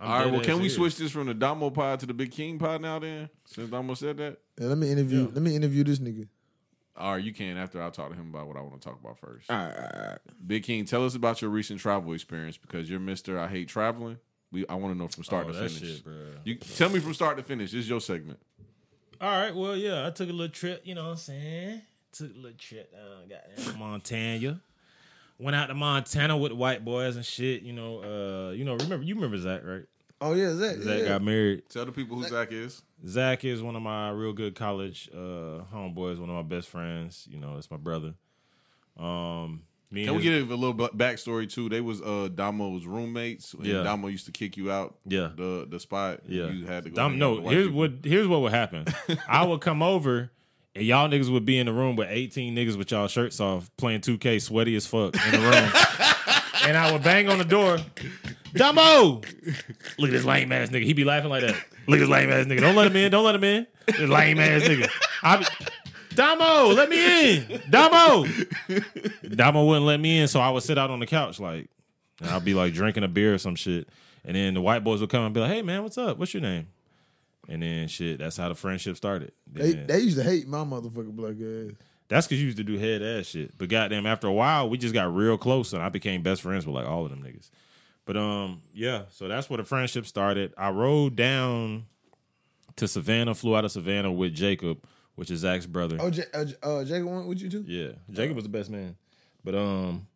I'm
All right.
dead
Well,
ass
can we
serious.
switch this from the Damo pod to the Big King pod now? Then, since Damo said that,
Yeah, let me interview. Let me interview this nigga.
all right, you can. After I talk to him about what I want to talk about first.
All right.
Big King, tell us about your recent travel experience because you're Mister. I hate traveling. We I want to know from start
Oh,
to
that
finish.
shit, bro.
You tell me from start to finish. This is your segment.
All right, well, yeah, I took a little trip, you know what I'm saying? Took a little trip down, goddamn Montana. Went out to Montana with the white boys and shit, you know, uh, you know, remember you remember Zach, right?
Oh yeah, Zach.
Zach
yeah.
got married.
Tell the people who Zach is.
Zach is one of my real good college uh homeboys, one of my best friends, you know, it's my brother. Um me
Can
and
we
his-
get a little bu- backstory too? They was uh Damo's roommates. And
Yeah.
Damo used to kick you out.
Yeah.
The the spot.
Yeah.
You had to go.
Dom-
hang out
no,
with white
here's
people.
what here's what would happen. I would come over and y'all niggas would be in the room with 18 niggas with y'all shirts off playing 2K sweaty as fuck in the room. and I would bang on the door. Dumbo! Look at this lame ass nigga. He be laughing like that. Look at this lame ass nigga. Don't let him in. Don't let him in. This lame ass nigga. I be, Damo, let me in. Damo. Damo wouldn't let me in, so I would sit out on the couch like and I'd be like drinking a beer or some shit. And then the white boys would come and be like, hey man, what's up? What's your name? And then shit, that's how the friendship started.
They,
Then-
they used to hate my motherfucking black ass.
that's because you used to do head ass shit. But goddamn, after a while, we just got real close, and I became best friends with like all of them niggas. But um, yeah, so that's where the friendship started. I rode down to Savannah, flew out of Savannah with Jacob, which is Zach's brother.
Oh, J- uh, J- uh, Jacob went with you too.
Yeah, Jacob was the best man. But um,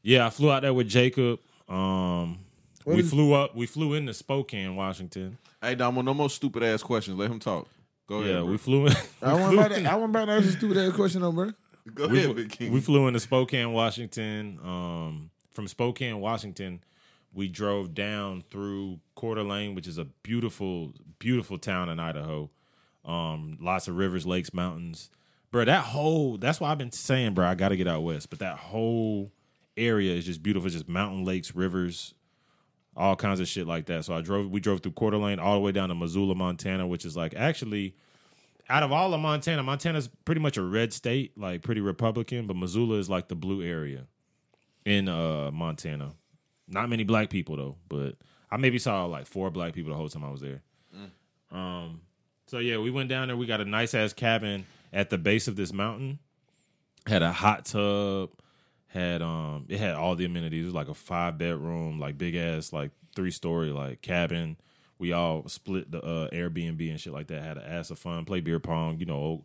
yeah, I flew out there with Jacob. Um, we
is-
flew up. We flew into Spokane, Washington.
Hey Damo, no more stupid ass questions. Let him talk. Go
Yeah,
ahead.
we flew in.
Oh, I
we
want
flew
about that. I want about that stupid ass question though, bro.
bro. Go
we,
ahead,
fl-
Big King.
we flew into Spokane, Washington. Um, from Spokane, Washington, we drove down through Coeur d'Alene, which is a beautiful, beautiful town in Idaho. Um, lots of rivers, lakes, mountains. Bro, that whole that's why I've been saying, bro, I gotta get out west. But that whole area is just beautiful, just mountain lakes, rivers, all kinds of shit like that. So I drove we drove through Coeur d'Alene all the way down to Missoula, Montana, which is like actually out of all of Montana, Montana's pretty much a red state, like pretty Republican, but Missoula is like the blue area in uh Montana. Not many black people though, but I maybe saw like four black people the whole time I was there. Um so yeah, we went down there, we got a nice ass cabin at the base of this mountain. Had a hot tub, had um it had all the amenities. It was like a five bedroom, like big ass, like three story like cabin. We all split the uh Airbnb and shit like that. Had an ass of fun, play beer pong, you know, old,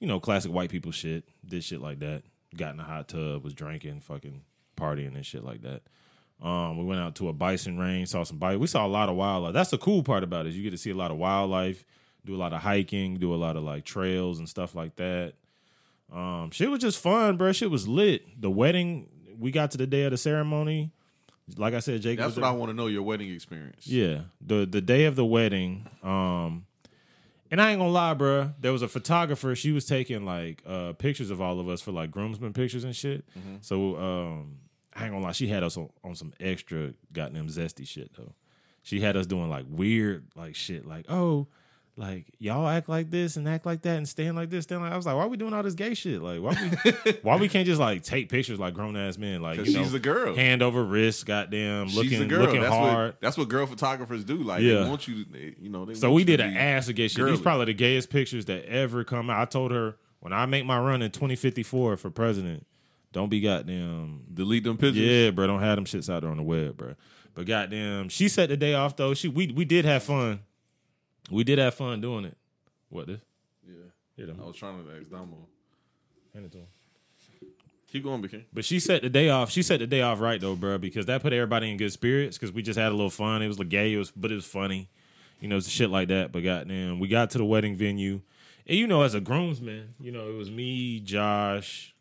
you know, classic white people shit. Did shit like that. Got in the hot tub, was drinking, fucking partying and shit like that. Um, we went out to a bison range, saw some bison. We saw a lot of wildlife. That's the cool part about it. Is you get to see a lot of wildlife, do a lot of hiking, do a lot of like trails and stuff like that. Um, shit was just fun, bro. Shit was lit. The wedding, we got to the day of the ceremony. Like I said, Jacob.
That's
was
what I
there-
want to know. Your wedding experience.
yeah, the the day of the wedding. Um, and I ain't gonna lie, bruh. There was a photographer. She was taking like uh pictures of all of us for like groomsmen pictures and shit.
Mm-hmm.
So um, I ain't gonna lie, she had us on, on some extra goddamn zesty shit though. She had us doing like weird like shit, like oh. Like y'all act like this and act like that and stand like this, stand like I was like, why we doing all this gay shit? Like why we why we can't just like take pictures like grown ass men? Like
'Cause
you know,
she's a girl.
hand over wrist, goddamn, looking
She's a girl.
looking
that's
hard.
what that's what girl photographers do. Like
Yeah.
they want you, to- they, you know. They
So
want
we
you
did
to
an
be
ass against shit.
girly.
These probably the gayest pictures that ever come out. I told her when I make my run in 2054 for president, don't be goddamn.
delete them pictures.
Yeah, bro, don't have them shits out there on the web, bro. But goddamn, she set the day off though. She we we did have fun. We did have fun doing it. What this?
yeah.
Hit him.
I was trying to ask Damo.
Hand it to him.
Keep going, Big King.
But she set the day off. She set the day off right though, bro, because that put everybody in good spirits. Because we just had a little fun. It was like gay, it was, but it was funny. You know, it's shit like that. But goddamn, we got to the wedding venue, and you know, as a groomsman, you know, it was me, Josh,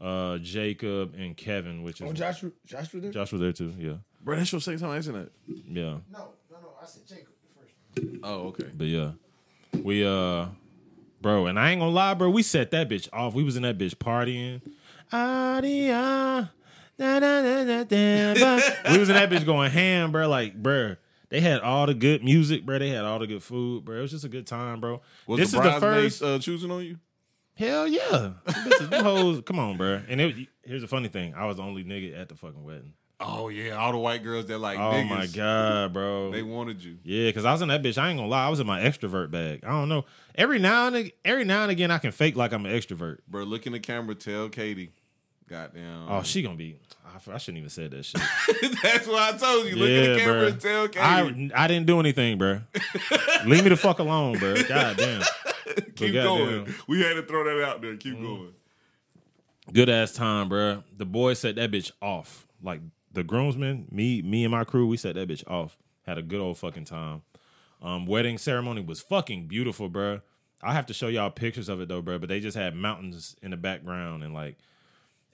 uh, Jacob, and Kevin, which is
Oh, Joshua, Joshua there?
Josh was there too. Yeah,
Bro, that's your second time asking that.
yeah,
No, no, no. I said Jacob first.
Oh, okay.
but yeah. We uh bro, and I ain't gonna lie, bro, we set that bitch off. We was in that bitch partying. ah, Adia, da, da, da, da, da, ba. we was in that bitch going ham, bro. Like, bro, they had all the good music, bro. They had all the good food, bro. It was just a good time, bro.
Was
this
the
is the
bridesmaids,
first
uh, choosing on you?
Hell yeah. This is- them hoes- come on, bro. And it, here's the funny thing. I was the only nigga at the fucking wedding.
Oh yeah, all the white girls that like
Oh
niggas.
my god, bro.
They wanted you.
Yeah, because I was in that bitch. I ain't gonna lie, I was in my extrovert bag. I don't know. Every now and ag- every now and again, I can fake like I'm an extrovert.
Bro, look in the camera, tell Katie. Goddamn.
Oh, she gonna be. I, f- I shouldn't even said that shit.
That's why I told you. Look in
yeah,
the camera
bro.
and tell Katie.
I I didn't do anything, bro. Leave me the fuck alone, bro. God damn.
Keep going. We had to throw that out there.
Mm-hmm.
Keep going.
Good ass time, bro. The boy set that bitch off. Like the groomsmen, me, me and my crew, we set that bitch off. Had a good old fucking time. Um, wedding ceremony was fucking beautiful, bro. I have to show y'all pictures of it though, bro. But they just had mountains in the background and like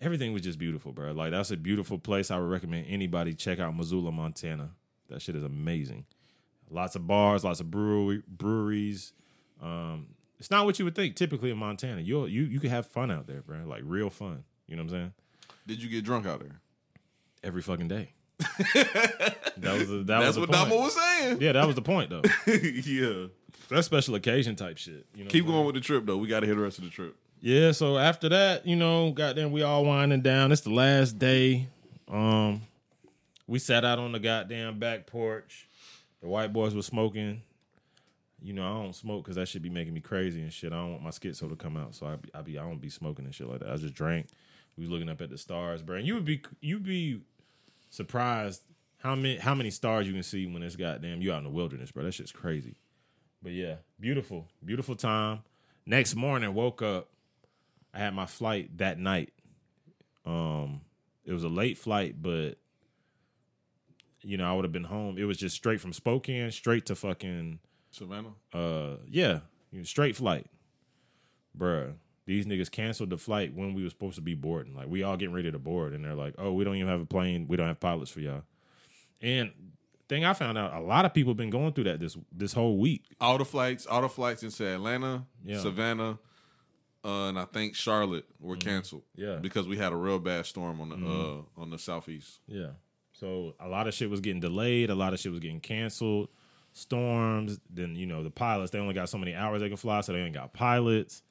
everything was just beautiful, bro. Like that's a beautiful place. I would recommend anybody check out Missoula, Montana. That shit is amazing. Lots of bars, lots of brewery, breweries. Um, it's not what you would think typically in Montana. You you you can have fun out there, bro. Like real fun. You know what I'm saying?
Did you get drunk out there?
Every fucking day. that was the, that was
That's
the
what
point.
Damo was saying.
Yeah, that was the point though.
yeah.
That's special occasion type shit. You know
Keep
what I'm
going with the trip though. We got to hit the rest of the trip.
Yeah, so after that, you know, goddamn, we all winding down. It's the last day. Um, we sat out on the goddamn back porch. The white boys were smoking. You know, I don't smoke because that should be making me crazy and shit. I don't want my schizo to come out, so I be, I be I don't be smoking and shit like that. I just drank. We was looking up at the stars, bro. And you would be you would be surprised how many how many stars you can see when it's goddamn you out in the wilderness, bro. That shit's crazy. But yeah, beautiful, beautiful time. Next morning, woke up. I had my flight that night. Um, it was a late flight, but you know I would have been home. It was just straight from Spokane, straight to fucking
Savannah.
uh yeah, you know, straight flight, bruh. These niggas canceled the flight when we were supposed to be boarding. Like we all getting ready to board, and they're like, "Oh, we don't even have a plane. We don't have pilots for y'all." And thing I found out, a lot of people been going through that this this whole week.
All the flights, all the flights into Atlanta,
Yeah.
Savannah, uh, and I think Charlotte were canceled.
Mm-hmm. Yeah. Mm-hmm.
Because we had a real bad storm on the uh on the southeast.
Yeah. So a lot of shit was getting delayed. A lot of shit was getting canceled. Storms. Then you know the pilots. They only got so many hours they can fly, so they ain't got pilots.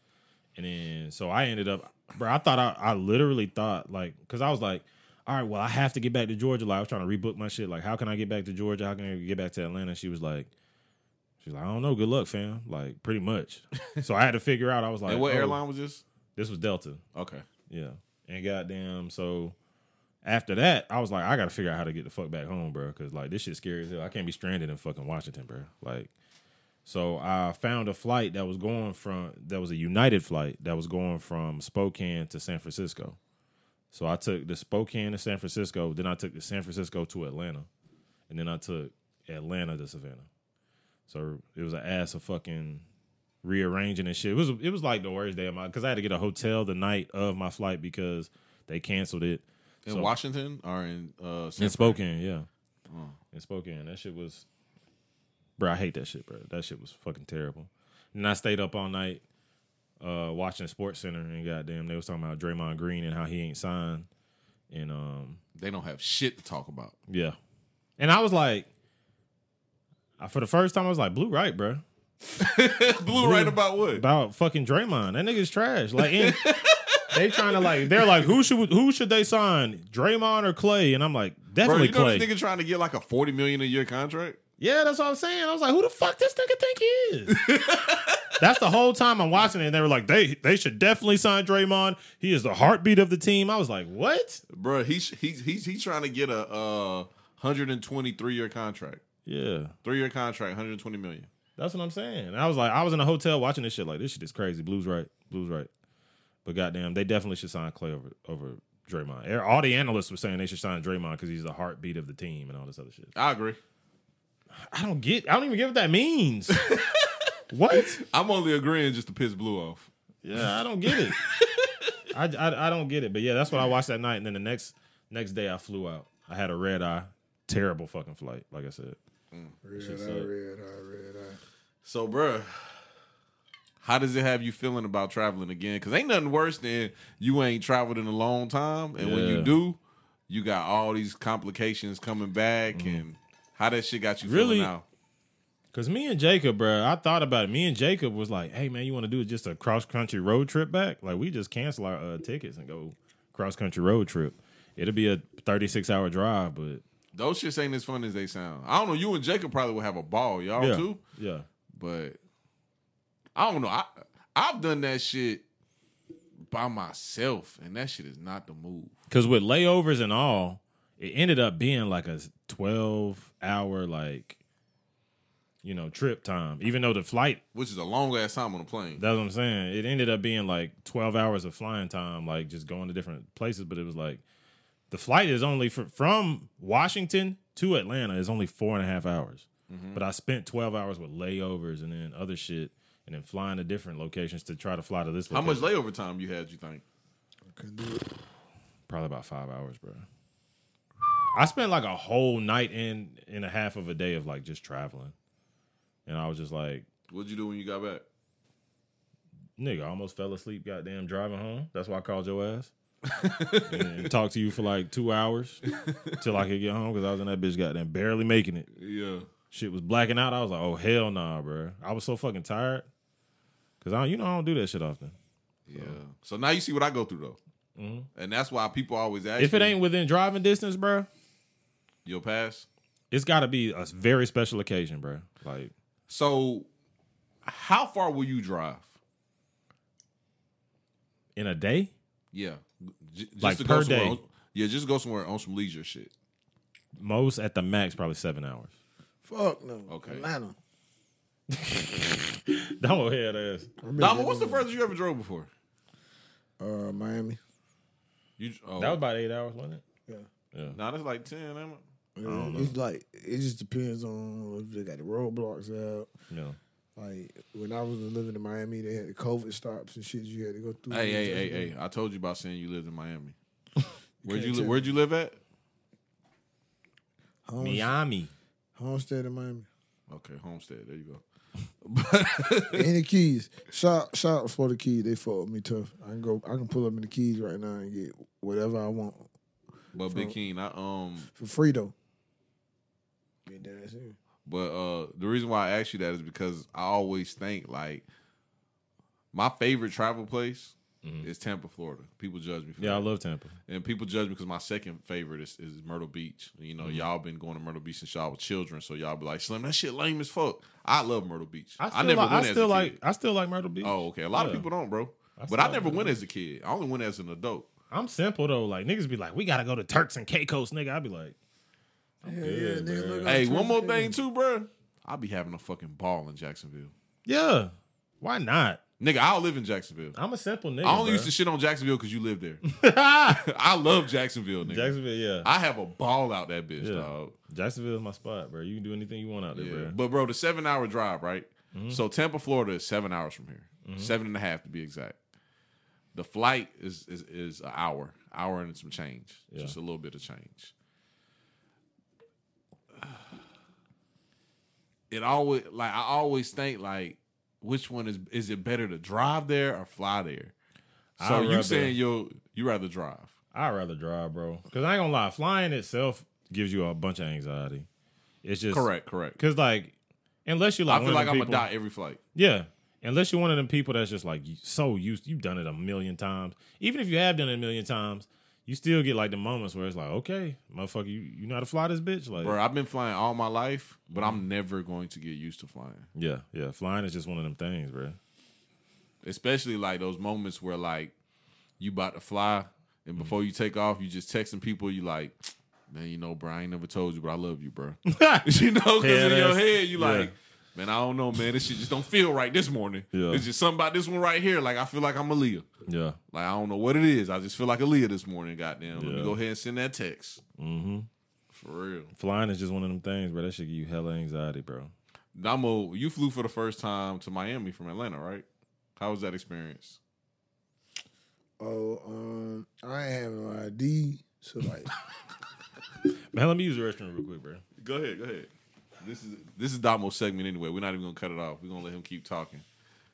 And then so I ended up, bro. I thought I, I literally thought like, cause I was like, all right, well I have to get back to Georgia. Like I was trying to rebook my shit. Like how can I get back to Georgia? How can I get back to Atlanta? She was like. She's like, I don't know. Good luck, fam. Like, pretty much. so I had to figure out. I was like,
and what
oh,
airline was this?
This was Delta.
Okay.
Yeah. And goddamn, so after that, I was like, I gotta figure out how to get the fuck back home, bro. Cause like this shit's scary as hell. I can't be stranded in fucking Washington, bro. Like, so I found a flight that was going from that was a United flight that was going from Spokane to San Francisco. So I took the Spokane to San Francisco, then I took the San Francisco to Atlanta, and then I took Atlanta to Savannah. So it was an ass of fucking rearranging and shit. It was it was like the worst day of my because I had to get a hotel the night of my flight because they canceled it.
In
So-
Washington or in uh San
in Spokane, yeah. In Spokane, that shit was, bro. I hate that shit, bro. That shit was fucking terrible. And I stayed up all night uh, watching Sports Center, and goddamn, they was talking about Draymond Green and how he ain't signed, and um,
they don't have shit to talk about.
yeah. And I was like, I, for the first time, I was like, Blue right, bro.
Blue right about what?
About fucking Draymond, that nigga's trash. Like, and they trying to like, they're like, who should who should they sign, Draymond or Clay? And I'm like,
Bro,
definitely
you know
Clay.
this nigga trying to get like a forty million a year contract?
Yeah, that's what I'm saying. I was like, who the fuck this nigga think he is? that's the whole time I'm watching it. And they were like, they they should definitely sign Draymond. He is the heartbeat of the team. I was like, what?
Bro, he's he's he's he's trying to get a uh hundred and twenty three year contract.
Yeah,
Three year contract, hundred and twenty million.
that's what I'm saying. And I was like, I was in a hotel watching this shit. Like, this shit is crazy. Blues right, blues right. But goddamn, they definitely should sign Clay over over Draymond. All the analysts were saying they should sign Draymond because he's the heartbeat of the team and all this other shit.
I agree.
I don't get. I don't even get what that means. what?
I'm only agreeing just to piss Blue off.
Yeah, I don't get it. I, I I don't get it. But yeah, that's what I watched that night. And then the next next day, I flew out. I had a red eye. Terrible fucking flight. Like I said,
Red eye,
shit's
red
up.
eye, red eye.
So, bruh, How does it have you feeling about traveling again? Because ain't nothing worse than you ain't traveled in a long time, and when you
Yeah.
do, you got all these complications coming back, and how that shit got you
Mm-hmm. Really?
feeling now?
Cause me and Jacob, bro, I thought about it. Me and Jacob was like, "Hey, man, you want to do just a cross country road trip back? Like, we just cancel our uh, tickets and go cross country road trip. It'll be a thirty six hour drive, but
Those shits ain't as fun as they sound. I don't know. You and Jacob probably would have a ball, y'all
yeah,
too.
yeah,
But I don't know. I I've done that shit by myself, and that shit is not the move.
Because with layovers and all, it ended up being like a 12 hour, like, you know, trip time. Even though the flight,
Which is a long ass time on a plane.
that's what I'm saying, it ended up being like 12 hours of flying time, like just going to different places. But it was like the flight is only fr- from Washington to Atlanta is only four and a half hours.
Mm-hmm.
But I spent 12 hours with layovers and then other shit and then flying to different locations to try to fly to this
How
location.
much layover time you had? You think?
Couldn't do it.
Probably about five hours, bro. I spent like a whole night and and a half of a day of like just traveling, and I was just like,
What'd you do when you got back?
nigga, I almost fell asleep. Goddamn, driving home. That's why I called your ass and, and talked to you for like two hours till I could get home because I was in that bitch goddamn barely making it.
Yeah.
Shit was blacking out. I was like, oh hell nah, bro. I was so fucking tired because I, you know, I don't do that shit often.
Yeah. So now you see what I go through though, and that's why people always ask
Mm-hmm. If it
me,
ain't within driving distance, bro,
your pass.
it's got to be a very special occasion, bro. Like.
So, how far will you drive?
In a day?
Yeah, J- just
Like
to go
per
somewhere
day?
on- yeah, just go somewhere on some leisure shit.
most at the max probably seven hours.
Fuck no.
Okay.
Atlanta.
Don't head ass.
Dama, what's the furthest you ever drove before?
Uh, Miami.
You oh,
That was about eight hours, wasn't it?
Yeah.
nah, that's like ten. ain't it?
It's like it just depends on if they got the roadblocks out.
No.
Like when I was living in Miami, they had the COVID stops and shit you had to go through.
Hey, hey, hey, hey! I told you about saying you lived in Miami. Where'd
can't
you li-
tell.
Where'd you live at?
Homestead,
Miami.
homestead in Miami.
Okay, Homestead. There you go.
and the keys. Shout shout out for the keys. They fuck with me tough. I can go I can pull up in the keys right now and get whatever I want
But Big Keen, I um,
for free though. Get that ass in.
But uh the reason why I asked you that is because I always think like my favorite travel place is Tampa, Florida. People judge me for
Mm-hmm. Yeah, I
that.
love Tampa.
and people judge me because my second favorite is, is Myrtle Beach. You
Mm-hmm.
know, y'all been going to Myrtle Beach since y'all were children, so y'all be like, Slim, that shit lame as fuck. I love Myrtle Beach.
I
I,
still
never
like,
went
I
as
still
a
like
kid.
I still like Myrtle Beach.
Oh, okay. A lot
Yeah.
of people don't, bro.
still
but I
like
never
Myrtle
went as a kid. I only went as an adult.
I'm simple though. Like niggas be like, we gotta go to Turks and Caicos, nigga. I'd be like,
Yeah,
Good,
nigga,
bro.
look
Hey,
up
one more
Turks
thing too, bro. I'll be having a fucking ball in Jacksonville.
yeah, why not?
Nigga, I'll live in Jacksonville.
I'm a simple nigga.
I only
bruh.
used to shit on Jacksonville because you lived there. I love Jacksonville, nigga.
Jacksonville, yeah.
I have a ball out that bitch,
Yeah.
dog.
Jacksonville is my spot, bro. You can do anything you want out there,
Yeah.
bro.
But bro, the seven hour drive, right?
Mm-hmm.
So Tampa, Florida is seven hours from here. Seven and a half to be exact. The flight is is is an hour, hour and some change. Just a little bit of change. It always like I always think like which one is is it better to drive there or fly there? So
I'd
you
rather-
saying you'll you rather drive.
I'd rather drive, bro. Cause I ain't gonna lie, flying itself gives you a bunch of anxiety. It's just
Correct, correct.
Cause like, unless you like,
I feel
one of
like
them
I'm gonna
people-
die every flight.
Yeah. Unless you're one of them people that's just like you- so used, you've done it a million times. Even if you have done it a million times, you still get like the moments where it's like, okay, motherfucker, you, you know how to fly this bitch? Like,
Bro, I've been flying all my life, but I'm never going to get used to flying.
yeah, yeah. Flying is just one of them things, bro.
Especially like those moments where like you about to fly and before you take off, you just texting people, you like, man, you know, bro, I ain't never told you, but I love you, bro. you know, because
Yeah,
in your
that's-
head, you
yeah.
like, man, I don't know, man. This shit just don't feel right this morning.
Yeah.
It's just something about this one right here. Like I feel like I'm Aaliyah.
Yeah.
Like I don't know what it is. I just feel like Aaliyah this morning. Goddamn, let me
Yeah.
go ahead and send that text. Mm-hmm. For real.
Flying is just one of them things, bro. That should give you hella anxiety, bro.
Damo, you flew for the first time to Miami from Atlanta, right? How was that experience?
Oh, um, I ain't have no ID, so like
Man, let me use the restroom real quick, bro.
Go ahead, go ahead. This is this is Damo's segment anyway. We're not even gonna cut it off. We're gonna let him keep talking.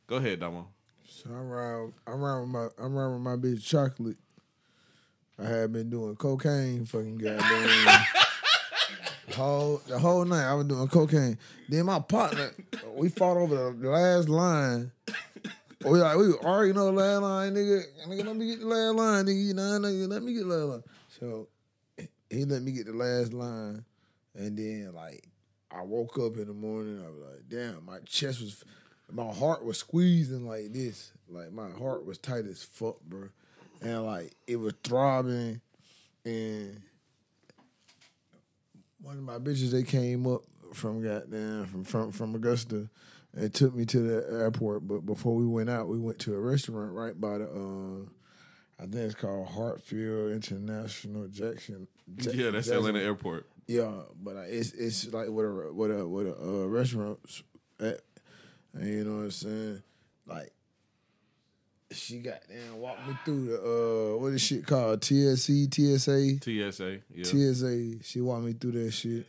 Go ahead, Damo.
So I ride, I ride with my, I ride with my bitch chocolate. I had been doing cocaine, fucking goddamn. whole the whole night I was doing cocaine. Then my partner, we fought over the last line. We like we already know the last line, nigga. Nigga, let me get the last line, nigga. You know, nigga, let me get the last line. So he let me get the last line, and then like I woke up in the morning. I was like, damn, my chest was, my heart was squeezing like this. Like my heart was tight as fuck, bro, and like it was throbbing, and one of my bitches they came up from goddamn from from from Augusta and took me to the airport. But before we went out, we went to a restaurant right by the uh I think it's called Hartfield International Jackson. Ja-
Yeah, that's
Jackson.
Atlanta Airport.
Yeah, but uh, it's it's like what a what a what a uh, restaurant at, and you know what I'm saying? Like she got down, walked me through the uh what is shit called? TSC, TSA.
TSA. Yeah.
TSA. She walked me through that shit,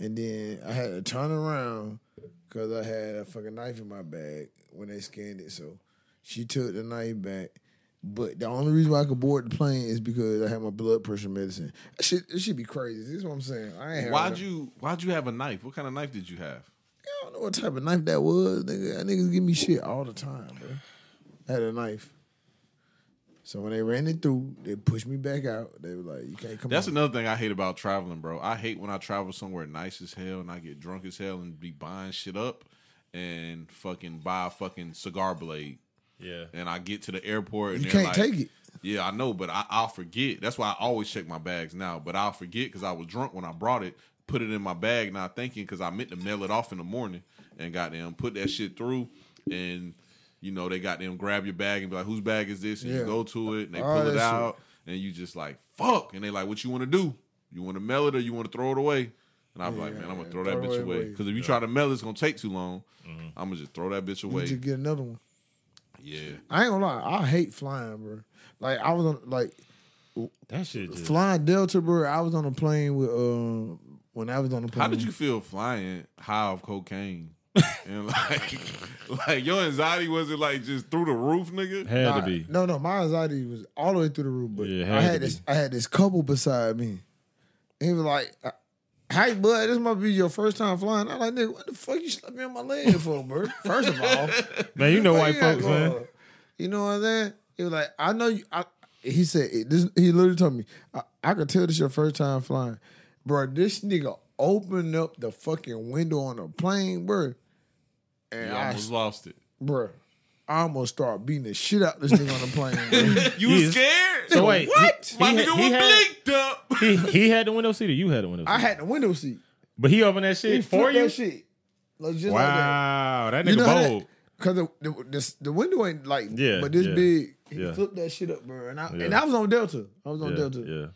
and then I had to turn around because I had a fucking knife in my bag when they scanned it. So she took the knife back. But the only reason why I could board the plane is because I had my blood pressure medicine. That shit, it should be crazy. This is what I'm saying. I ain't had
why'd
no-
you Why'd you have a knife? What kind of knife did you have?
I don't know what type of knife that was, nigga. That niggas give me shit all the time, bro. I had a knife. So when they ran it through, they pushed me back out. They were like, "You can't come."
That's
on.
another thing I hate about traveling, bro. I hate when I travel somewhere nice as hell and I get drunk as hell and be buying shit up and fucking buy a fucking cigar blade.
Yeah.
And I get to the airport. And
You
they're
can't
like,
take it.
Yeah, I know, but I, I'll forget. That's why I always check my bags now. But I'll forget because I was drunk when I brought it, put it in my bag, not thinking because I meant to mail it off in the morning and goddamn put that shit through. And, you know, they goddamn grab your bag and be like, whose bag is this? And
Yeah.
you go to it and they
All
pull
that
it
shit.
out and you just like, fuck. And they like, what you want to do? You want to mail it or you want to throw it away? And I'm like, man, I'm going to throw that
throw
bitch
it
away.
away.
Because if you try to mail it, it's going to take too long. I'm going to just throw that bitch
You
away.
just get another one.
Yeah.
I ain't gonna lie, I hate flying, bro. Like I was on like
That shit just
flying Delta, bro. I was on a plane with uh when I was on the plane.
How did you feel flying high off cocaine? and like, like your anxiety was it like just through the roof, nigga?
had
Nah,
to be.
No, no, my anxiety was all the way through the roof. But
Yeah, it
I
had
had
to
this,
be.
I had this couple beside me. And he was like, "Hey, bud, this might be your first time flying." I'm like, "Nigga, what the fuck you slapped me on my leg for, bro?" First of all,
Man, you know
What
white
you got
folks,
going
man.
on? You know what I'm saying? He was like, I know you. I, he said it- this. He literally told me, I, I could tell this your first time flying, bro. This nigga opened up the fucking window on the plane, bro, and
I
I,
almost lost it.
bro, I almost start beating the shit out this nigga on the plane. Bro.
You
He
was
is-
scared?
So wait,
what?
he-
My
he-
nigga
he
was
had-
blinked up.
He, he had the window seat or you had the window seat?
I had the window seat.
but he opened that shit
He
for
flipped
you?
that shit. Like, just like that.
Wow, that nigga
You know how
bold.
that, cause the, the, the the window ain't like
Yeah,
but this
yeah,
big. He
yeah.
flipped that shit up, bro. And I and
Yeah.
I was on Delta. I was on
Yeah,
Delta
yeah.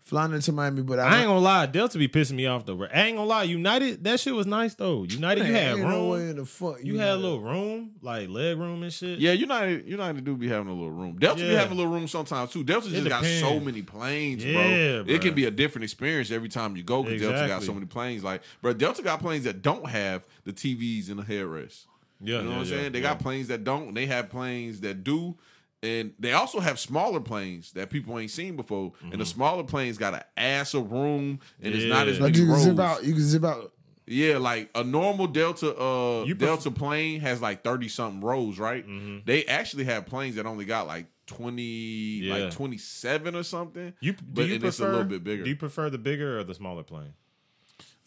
flying into Miami, but I,
I ain't gonna lie, Delta be pissing me off though. bro. I ain't gonna lie, United, that shit was nice though. United, you had
ain't
room.
No way in the fuck.
you had a little room, like leg room and shit.
Yeah, United United do be having a little room. Delta be
Yeah.
having a little room sometimes too. Delta just got
depends.
so many planes,
Yeah,
bro. It can
bruh.
be a different experience every time you go because Delta got
Exactly.
so many planes. Like, bro, Delta got planes that don't have the TVs and the headrests.
yeah
You know
yeah,
what I'm
yeah,
saying? They
yeah.
got planes that don't. They have planes that do. And they also have smaller planes that people ain't seen before. And the smaller planes got an ass of room and it's not as
Mm-hmm. Yeah.
Like
many
you can
rows.
zip out. You can zip out.
Yeah, like a normal Delta uh
You pref- Mm-hmm.
Delta plane has like 30 something rows, right? They actually have planes that only got like 20
Yeah.
like 27 or something.
You do
but
you
and
prefer,
it's a little bit bigger.
Do you prefer the bigger or the smaller plane?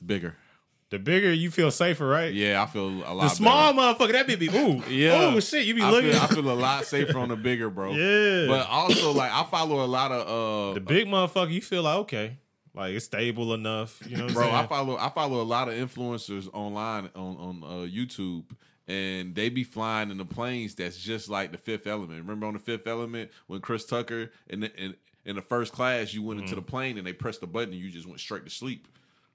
bigger.
The bigger you feel safer, right?
Yeah, I feel a lot
The small
better.
motherfucker, that bitch be ooh,
Yeah.
ooh shit. You be
I
looking.
feel, I feel a lot safer on the bigger, bro.
Yeah.
But also like I follow a lot of uh
the big motherfucker, you feel like okay, like it's stable enough. You know, what
bro.
I'm
I
saying?
follow I follow a lot of influencers online on on uh, YouTube, and they be flying in the planes that's just like the Fifth Element. Remember on the Fifth Element when Chris Tucker and in, in the first class you went
Mm-hmm.
into the plane and they pressed the button and you just went straight to sleep.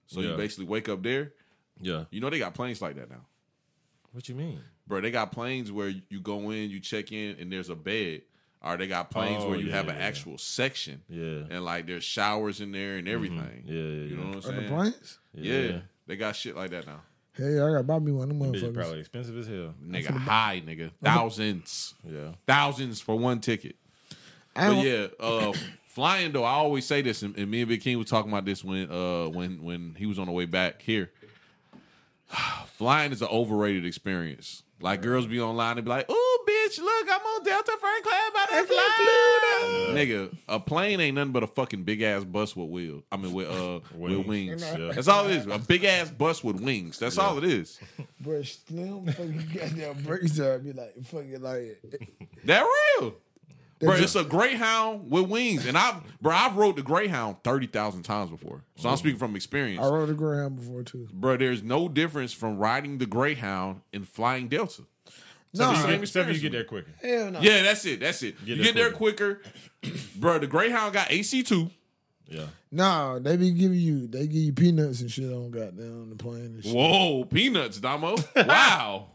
So
Yeah.
you basically wake up there.
yeah.
You know they got planes like that now.
What you mean?
Bro, they got planes where you go in, you check in, and there's a bed. Or they got planes
Oh,
where you
yeah,
have
yeah,
an
yeah.
actual section.
Yeah. Mm-hmm.
And like there's showers in there and everything.
Yeah, yeah,
You
yeah.
know what I'm
On
saying?
the planes?
Yeah.
Yeah.
They got shit like that now.
Hey, I gotta buy me one of them
Bitch,
motherfuckers.
probably expensive as hell.
Nigga, high, nigga. Thousands.
Yeah.
Thousands for one ticket. But
I don't,
yeah, uh, flying though, I always say this, and, and me and Big King was talking about this when uh, when when he was on the way back here. flying is an overrated experience. Like girls be online and be like, "Ooh, bitch, look, I'm on Delta first class by that fly." Nigga, a plane ain't nothing but a fucking big ass bus with wheels. I mean, with uh, with
Wings.
wings.
Yeah.
That's all it is. A big ass bus with wings. That's all it is.
Bro, Slim fucking goddamn breaks up. Be like, fucking like,
That real. Bro, it's a greyhound with wings, and I've bro, I've rode the greyhound thirty thousand times before, so
Oh.
I'm speaking from experience.
I rode a Greyhound before too.
Bro, there's no difference from riding the greyhound and flying Delta.
Uh.
No,
you same
Except except
experience.
you get there quicker.
hell no.
Yeah, that's it. That's it. you
there
get there quicker, bro. The greyhound got AC two.
Yeah.
No, they be giving you, they give you peanuts and shit on goddamn the plane and shit.
Whoa, peanuts, Damo! Wow,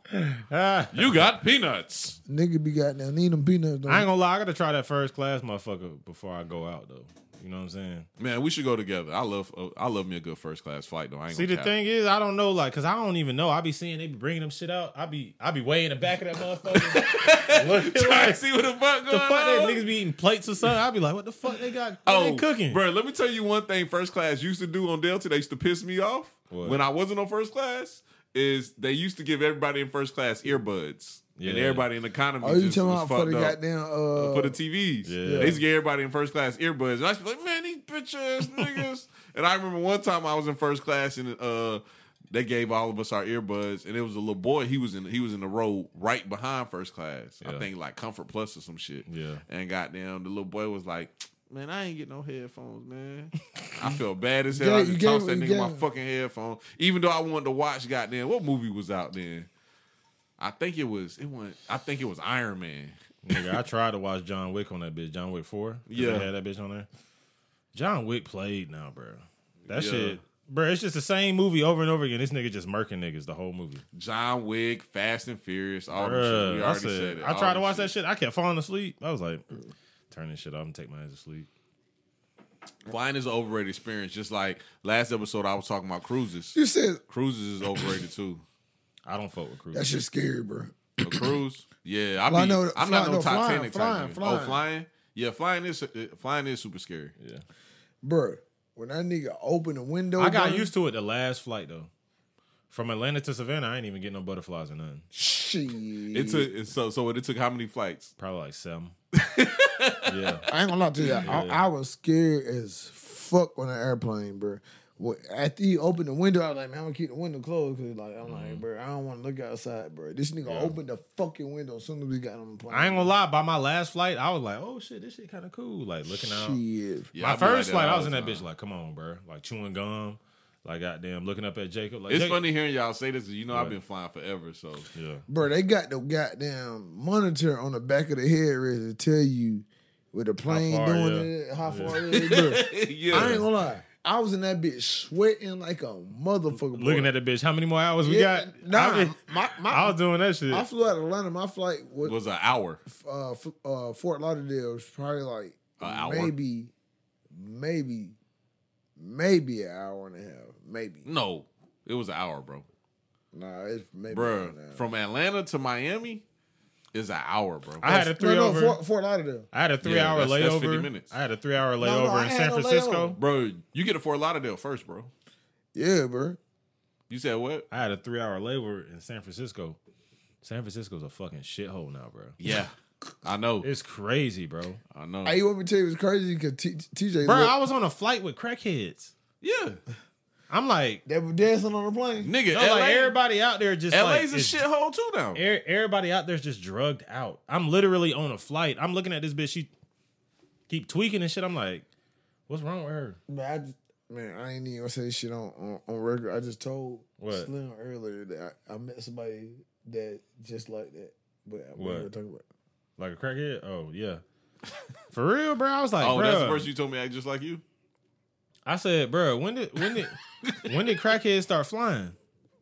Ah.
you got peanuts.
Nigga be goddamn need them peanuts. Though.
I
Mm-hmm.
ain't gonna lie, I gotta try that first class motherfucker before I go out though. You know what I'm saying?
Man, we should go together. I love, uh, I love me a good first class flight though. I ain't
See,
gonna
the
cap.
thing is, I don't know, like, cause I don't even know. I be seeing they be bringing them shit out. I be, I be way in the back of that motherfucker. Looking
Trying to
like,
see what the fuck going
the fuck that
on.
niggas be eating plates or something. I be like, what the fuck they got? What they cooking?
Bro, Oh, let me tell you one thing first class used to do on Delta. They used to piss me off
What?
when I wasn't on first class. Is they used to give everybody in first class earbuds. And
Yeah.
everybody in economy
Oh, you
just
talking
was
about for the
fucked up.
goddamn uh
for the TVs.
Yeah.
They used to give everybody in first class earbuds. And I was like, man, these bitch ass niggas. And I remember one time I was in first class and uh they gave all of us our earbuds and it was a little boy, he was in he was in the row right behind first class. I
Yeah.
think like Comfort Plus or some shit.
Yeah.
And goddamn, the little boy was like, Man, I ain't get no headphones, man. I felt bad as
Yeah,
hell. I
you
just
gave-
tossed that
you
nigga
gave
my
him-
fucking headphone. Even though I wanted to watch goddamn what movie was out then. I think it was it was I think it was Iron Man.
Nigga, I tried to watch John Wick on that bitch. John Wick four. 'cause
Yeah.
they had that bitch on there. John Wick played now, bro. That
Yeah.
shit, bro. It's just the same movie over and over again. This nigga just murking niggas the whole movie.
John Wick, Fast and Furious, all them shit.
Bruh,
We
I,
already
said,
said, it.
I
All
tried to
them
watch that shit. I kept falling asleep. I was like, turn this shit off and take my ass to sleep.
Flying is an overrated experience. Just like last episode, I was talking about cruises.
You said
Cruises is overrated too.
I don't fuck with cruise.
that shit's scary, bro.
A cruise, yeah. I
Well, I
mean,
know-
I'm
fly-
not no,
no, flying,
Titanic
flying,
type. nigga.
flying.
Oh, flying. Yeah, flying is uh, flying is super scary.
Yeah.
Bro, when that nigga opened the window,
I got
bro,
used to it the last flight though. From Atlanta to Savannah, I ain't even get no butterflies or nothing.
shit.
It took it's so so. It took how many flights?
Probably like seven. yeah.
I ain't gonna lie to you. I, I was scared as fuck on the airplane, bro. When- After he opened the window, I was like, man, I'm gonna keep the window closed because, like, I'm like,
Mm-hmm.
bro, I don't want to look outside, bro. This nigga opened the fucking window as soon as we got on the plane.
I ain't gonna lie, by my last flight, I was like, oh shit, this shit kind of cool. Like looking out.
Shit.
Yeah,
my
I be like
first
that
flight, I
all
was in
the
that bitch
time.
like, come on, bro. Like chewing gum. Like goddamn looking up at Jacob. Like
It's
Jacob-
funny hearing y'all say this. 'cause You know, I've
Right.
been flying forever, so
Yeah.
Bro, they got the goddamn monitor on the back of the head ready to tell you with the plane
far,
doing
yeah.
it, how far it is. Bro,
yeah.
I ain't gonna lie. I was in that bitch sweating like a motherfucker.
Looking at the bitch, how many more hours we
Yeah,
got?
nah,
I, been-
my- my-
I was doing that shit.
I flew out of Atlanta. My flight was,
it was an hour.
uh, F- uh, Fort Lauderdale was probably like
An hour?
maybe, maybe, maybe an hour and a half. Maybe.
No, it was an hour, bro.
Nah, it's maybe. an hour.
Bruh, from Atlanta to Miami is an hour, bro.
I had a three
no, no,
over.
Fort, Fort Lauderdale.
I had a three hour
that's- that's 50
layover.
minutes.
I had a three hour layover
no, I
in
had
San
no
Francisco.
layover.
Bro, you get a Fort Lauderdale first, bro.
Yeah, bro.
You said what?
I had a three hour layover in San Francisco. San Francisco's a fucking shithole now, bro.
Yeah. I know.
It's crazy, bro.
I know.
Hey, you want me to tell you it's crazy because TJ,
Bro,
look-
I was on a flight with crackheads.
yeah.
I'm like,
they were dancing on the plane.
Nigga,
no,
LA,
like everybody out there just like,
LA's a
is-
shithole too now.
er- everybody out there's just drugged out. I'm literally on a flight. I'm looking at this bitch. She keep tweaking and shit. I'm like, what's wrong with her?
Man, I just, man, I ain't even gonna say this shit on, on, on record. I just told
What?
Slim earlier that I, I met somebody that just like that. But I'm
What?
not gonna talk about. it.
Like a crackhead? Oh yeah. For real, bro. I was like,
oh, that's the
bruh.
person you told me act just like you?
I said, bro, when did when did when did crackheads start flying?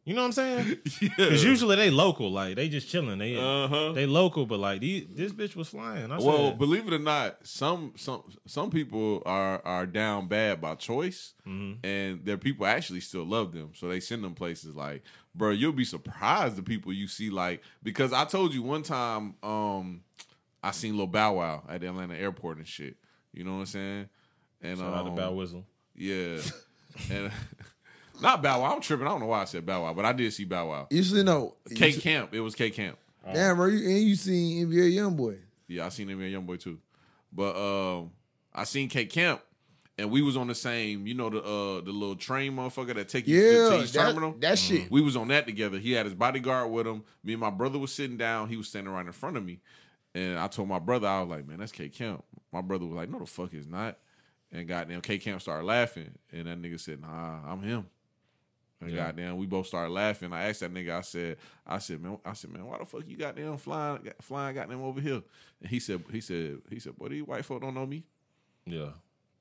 You know what I'm saying? Because
Yeah.
usually they local, like they just chilling. They
Uh-huh.
they local, but like these, this bitch was flying. I
Well,
said,
believe it or not, some some some people are are down
Mm-hmm.
bad by choice, and their people actually still love them, so they send them places like bro, you'll be surprised the people you see. Like because I told you one time, um, I seen Lil Bow Wow at the Atlanta airport and shit. You know what I'm saying? And
Shout out to
um,
Bow Whistle.
yeah, and not Bow Wow. I'm tripping. I don't know why I said Bow Wow, but I did see Bow Wow.
You should know. You
K
should-
Camp. It was K Camp.
Damn, bro. You, and you seen NBA YoungBoy.
Yeah, I seen him in Youngboy too. But um, I seen K Camp, and we was on the same. You know the uh the little train motherfucker that take you to
Yeah,
the Cheese Terminal. Mm.
that, that shit.
we was on that together. He had his bodyguard with him. Me and my brother was sitting down. He was standing right in front of me, and I told my brother, I was like, "Man, that's K Camp." My brother was like, "No, the fuck is not." And goddamn, K Camp started laughing, and that nigga said, "Nah, I'm him." And goddamn, we both started laughing. I asked that nigga. I said, "I said, man, I said, man, why the fuck you goddamn flying, got- flying goddamn over here?" And he said, he said, he said, "Boy, these white folk don't know me."
Yeah.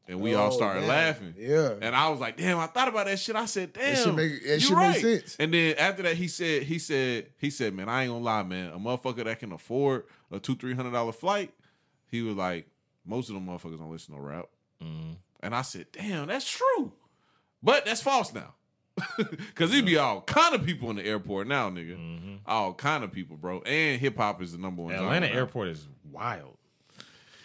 And we all
Oh,
started
damn.
laughing.
Yeah.
And I was like, damn, I thought about that shit. I said, damn.
should make- it
you
should make
right.
sense.
And then after that, he said, he said, he said, man, I ain't gonna lie, man. A motherfucker that can afford a two, three hundred dollar flight, he was like, most of them motherfuckers don't listen to rap.
Mm-hmm.
And I said, damn, that's true. But that's false now. Cause it'd be all kind of people in the airport now, nigga. All kind of people, bro. And hip hop is the number one. genre
Mm-hmm. Atlanta
now.
Airport is wild.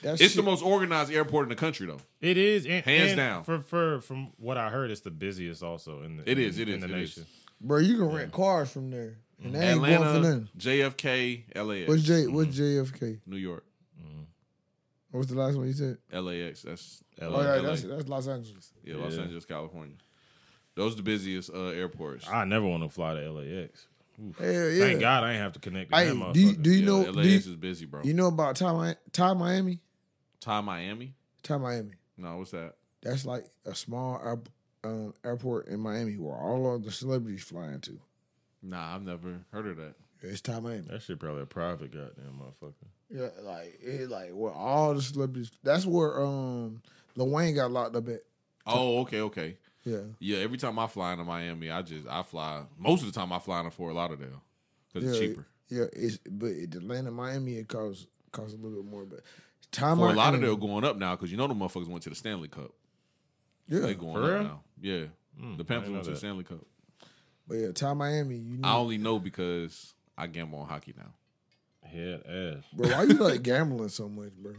That
It's
shit.
the most organized airport in the country, though.
It is and,
Hands
and
down.
For, for from what I heard, it's the busiest also in the
It
in,
is, it
in
is,
the
it is.
nation.
Bro, you can rent cars from there. And that ain't going for
Atlanta, Mm-hmm.
nothing.
JFK, LAX,
What's J what's JFK?
New York,
What's the last one you said?
LAX. That's
LA.
Oh yeah,
LA.
that's that's Los Angeles.
yeah, Los
Yeah.
Angeles, California. Those are the busiest uh, airports.
I never want to fly to LAX. Oof.
Hell yeah.
Thank God I ain't have to connect to
Hey,
that motherfucker.
do you, do you
Yeah,
know do
LAX
you,
is busy, bro.
you know about Ty, Mi- Ty Miami?
Thai Miami?
Ty Miami.
No, what's that?
That's like a small airp- um, airport in Miami where all of the celebrities fly into.
Nah, I've never heard of that.
It's Ty Miami.
that shit probably a private goddamn motherfucker.
Yeah, like it, like where all the celebrities. That's where um, Lil Wayne got locked up at.
Oh, okay, okay.
Yeah,
Yeah, every time I fly into Miami, I just I fly. Most of the time, I fly into Fort Lauderdale because it's
Yeah,
cheaper.
yeah. It's but it, Atlanta, Miami, it costs costs a little bit more. But Ty
Fort
Miami,
Lauderdale going up now because you know the motherfuckers went to the Stanley Cup. They
yeah,
going
For
up
real? Hmm,
now. Yeah, the
I
Panthers
didn't know
went to the
that.
Stanley Cup.
but yeah, Ty Miami. You
I
need,
only know because I gamble on hockey now.
Head ass.
bro. Why you like gambling so much, bro?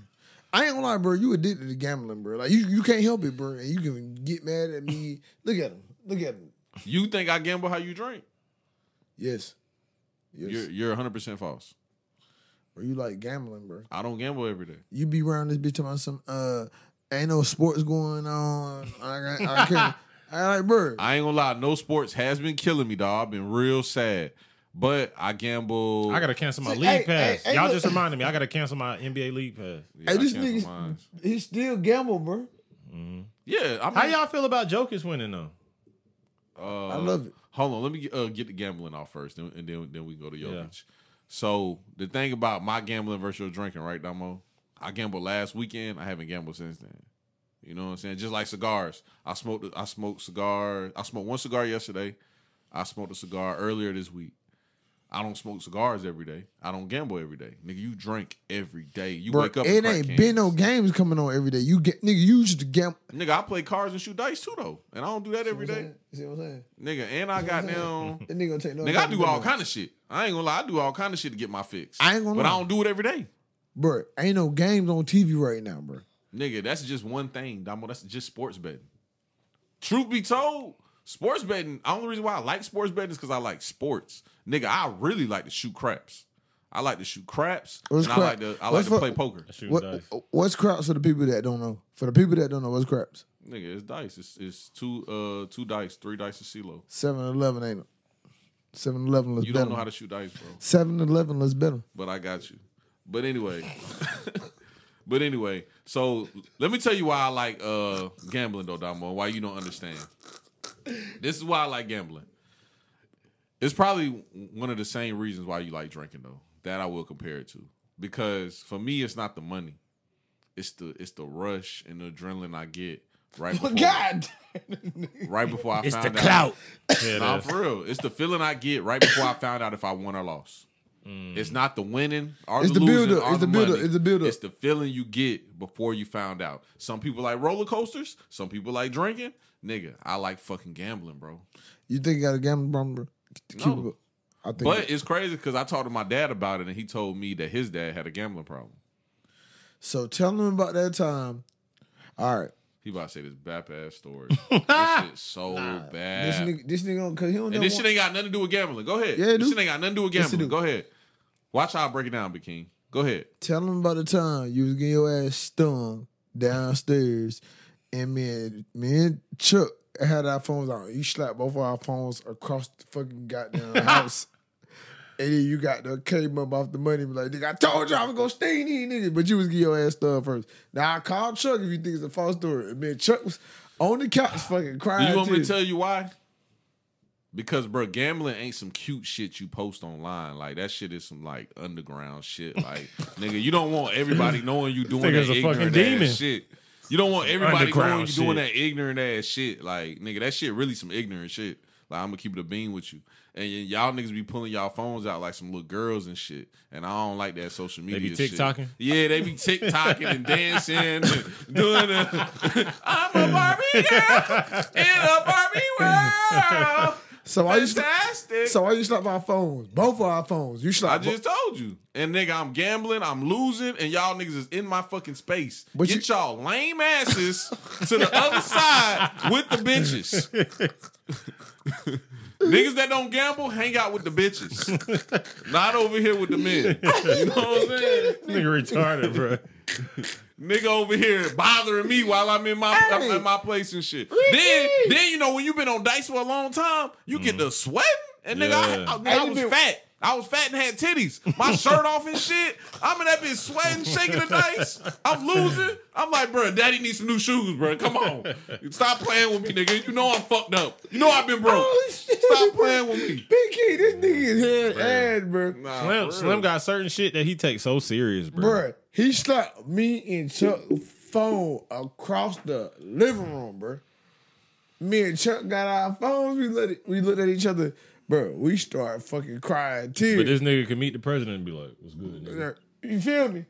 I ain't gonna lie, bro. You addicted to gambling, bro. Like you, you can't help it, bro. And you can get mad at me. Look at him. Look at him.
You think I gamble how you drink?
Yes, yes.
You're you're 100 percent false.
bro, you like gambling, bro.
I don't gamble every day.
you be around this bitch talking about some uh ain't no sports going on. I got I can't I like bro.
I ain't gonna lie, no sports has been killing me, dog. I've been real sad, but I gamble.
I gotta cancel my
See,
league
hey,
pass.
hey, hey,
Y'all
look-
just reminded me. I gotta cancel my NBA league pass.
Yeah,
hey,
I
this
cancel
nigga's-
mine.
He still gamble, bro.
Yeah, I mean,
How y'all feel about Jokic winning though?
Uh,
I love it.
Hold on, let me uh, get the gambling off first, and, and then then we can go to
Yeah.
Jokic. So the thing about my gambling versus your drinking, right, Damo? I gambled last weekend. I haven't gambled since then. You know what I'm saying? Just like cigars, I smoked. I smoked cigar. I smoked one cigar yesterday. I smoked a cigar earlier this week. I don't smoke cigars every day. I don't gamble every day, nigga. You drink every day. You
Bro,
wake up.
it
and crack
ain't
cans.
been no games coming on every day. You get nigga, you used to gamble.
Nigga, I play cards and shoot dice too, though, and I don't do that every day,
See what I'm saying?
nigga. And I got down.
That nigga gonna take no.
Nigga, I do all
kinds.
kind of shit. I ain't gonna lie, I do all kind of shit to get my fix.
I ain't gonna
but
lie.
I don't do it every day.
Bro, ain't no games on TV right now, bro.
Nigga, that's just one thing, Damo. That's just sports betting. Truth be told, sports betting. The only reason why I like sports betting is because I like sports. Nigga, I really like to shoot craps. I like to shoot craps,
What's
and I
crap?
like to I like
What's
to
fu-
play poker.
Shooting
What,
dice.
what's craps for the people that don't know? For the people that don't know, what's craps?
Nigga, it's dice. It's it's two uh two dice, three dice to CeeLo.
7-Eleven ain't it? 7-Eleven, let's
You
bet
don't
'em.
know how to shoot dice, bro.
7-Eleven, let's bet 'em.
but I got you. But anyway, but anyway, so let me tell you why I like uh gambling though, Damo. Why you don't understand? This is why I like gambling. It's probably one of the same reasons why you like drinking though. That I will compare it to because for me, it's not the money. It's the it's the rush and the adrenaline I get right before
Oh, God!
right before I found out.
Head
Nah,
ass.
for real. It's the feeling I get right before I found out if I won or lost. It's not the winning or
It's
the,
the
losing.
build-up.
or
It's the build-up.
money.
It's the build-up.
It's the feeling you get before you found out. Some people like roller coasters. Some people like drinking. Nigga, I like fucking gambling, bro.
You think you got a gambling problem, bro? to
No.
keep it. I think
But it's crazy because I talked to my dad about it, and he told me that his dad had a gambling problem.
so. Tell them about that time. All right,
He about to say this bap ass story. this shit's so bad.
this nigga, this nigga, gonna- cause he don't know.
and this shit ain't got nothing to do with gambling. Go ahead.
Yeah, it
this
do.
shit ain't got nothing to do with
Yes, it
gambling.
do.
Go ahead. Watch how I break it down, Big King. Go ahead.
Tell them about the time you was getting your ass stung downstairs, and me and me and Chuck had our phones on. You slapped both of our phones across the fucking goddamn house. And then you got the came up off the money and be like, nigga, I told you I was gonna stay in these niggas, but you was getting your ass stubbed first. Now I called Chuck if you think it's a false story. And man, Chuck was on the couch fucking
Do
crying.
you want me to
tears.
tell you why? Because bro, gambling ain't some cute shit you post online. Like that shit is some like underground shit. Like nigga, you don't want everybody knowing you doing that
Nigga's a
ignorant
fucking
ass
demon.
shit. You don't want everybody knowing you
underground
doing
shit.
that ignorant ass shit. Like nigga, that shit really some ignorant shit. Like I'm gonna keep it a bean with you. And y- y'all niggas be pulling y'all phones out like some little girls and shit. And I don't like that social media.
be
shit.
TikToking?
Yeah, they be TikToking and dancing, and doing. A, I'm a Barbie girl in a Barbie world.
So I used to
Fantastic.
So I used to slap our phones, both of our phones. You
I
slapped bo-
just told you. And nigga, I'm gambling, I'm losing, and y'all niggas is in my fucking space.
But
Get
you-
y'all lame asses to the other side with the bitches. niggas that don't gamble, hang out with the bitches. Not over here with the men. You know what I'm saying?
Nigga retarded, bro.
Nigga over here bothering me while I'm in my I'm
Hey.
in my place and shit. Then then you know when you've been on dice for a long time, you get the sweating. And nigga,
Mm. Yeah.
I, I, nigga, I
you
was
been-
fat. I was fat and had titties. My shirt off and shit. I'm in that bitch sweating, shaking the dice. I'm losing. I'm like, bro, daddy needs some new shoes, bro. Come on. Stop playing with me, nigga. You know I'm fucked up. You know I've been broke.
Oh, shit,
Stop
bro.
playing with me.
Big Key, this nigga is head and
Nah,
bro.
for
Slim,
real.
Slim got certain shit that he takes so serious, bro.
Bruh, he slapped me and Chuck phone across the living room, bruh. Me and Chuck got our phones. We let it, we looked at each other, bruh. We start fucking crying
But
tears.
this nigga could meet the president and be like, "What's good?" Nigga?
you feel me?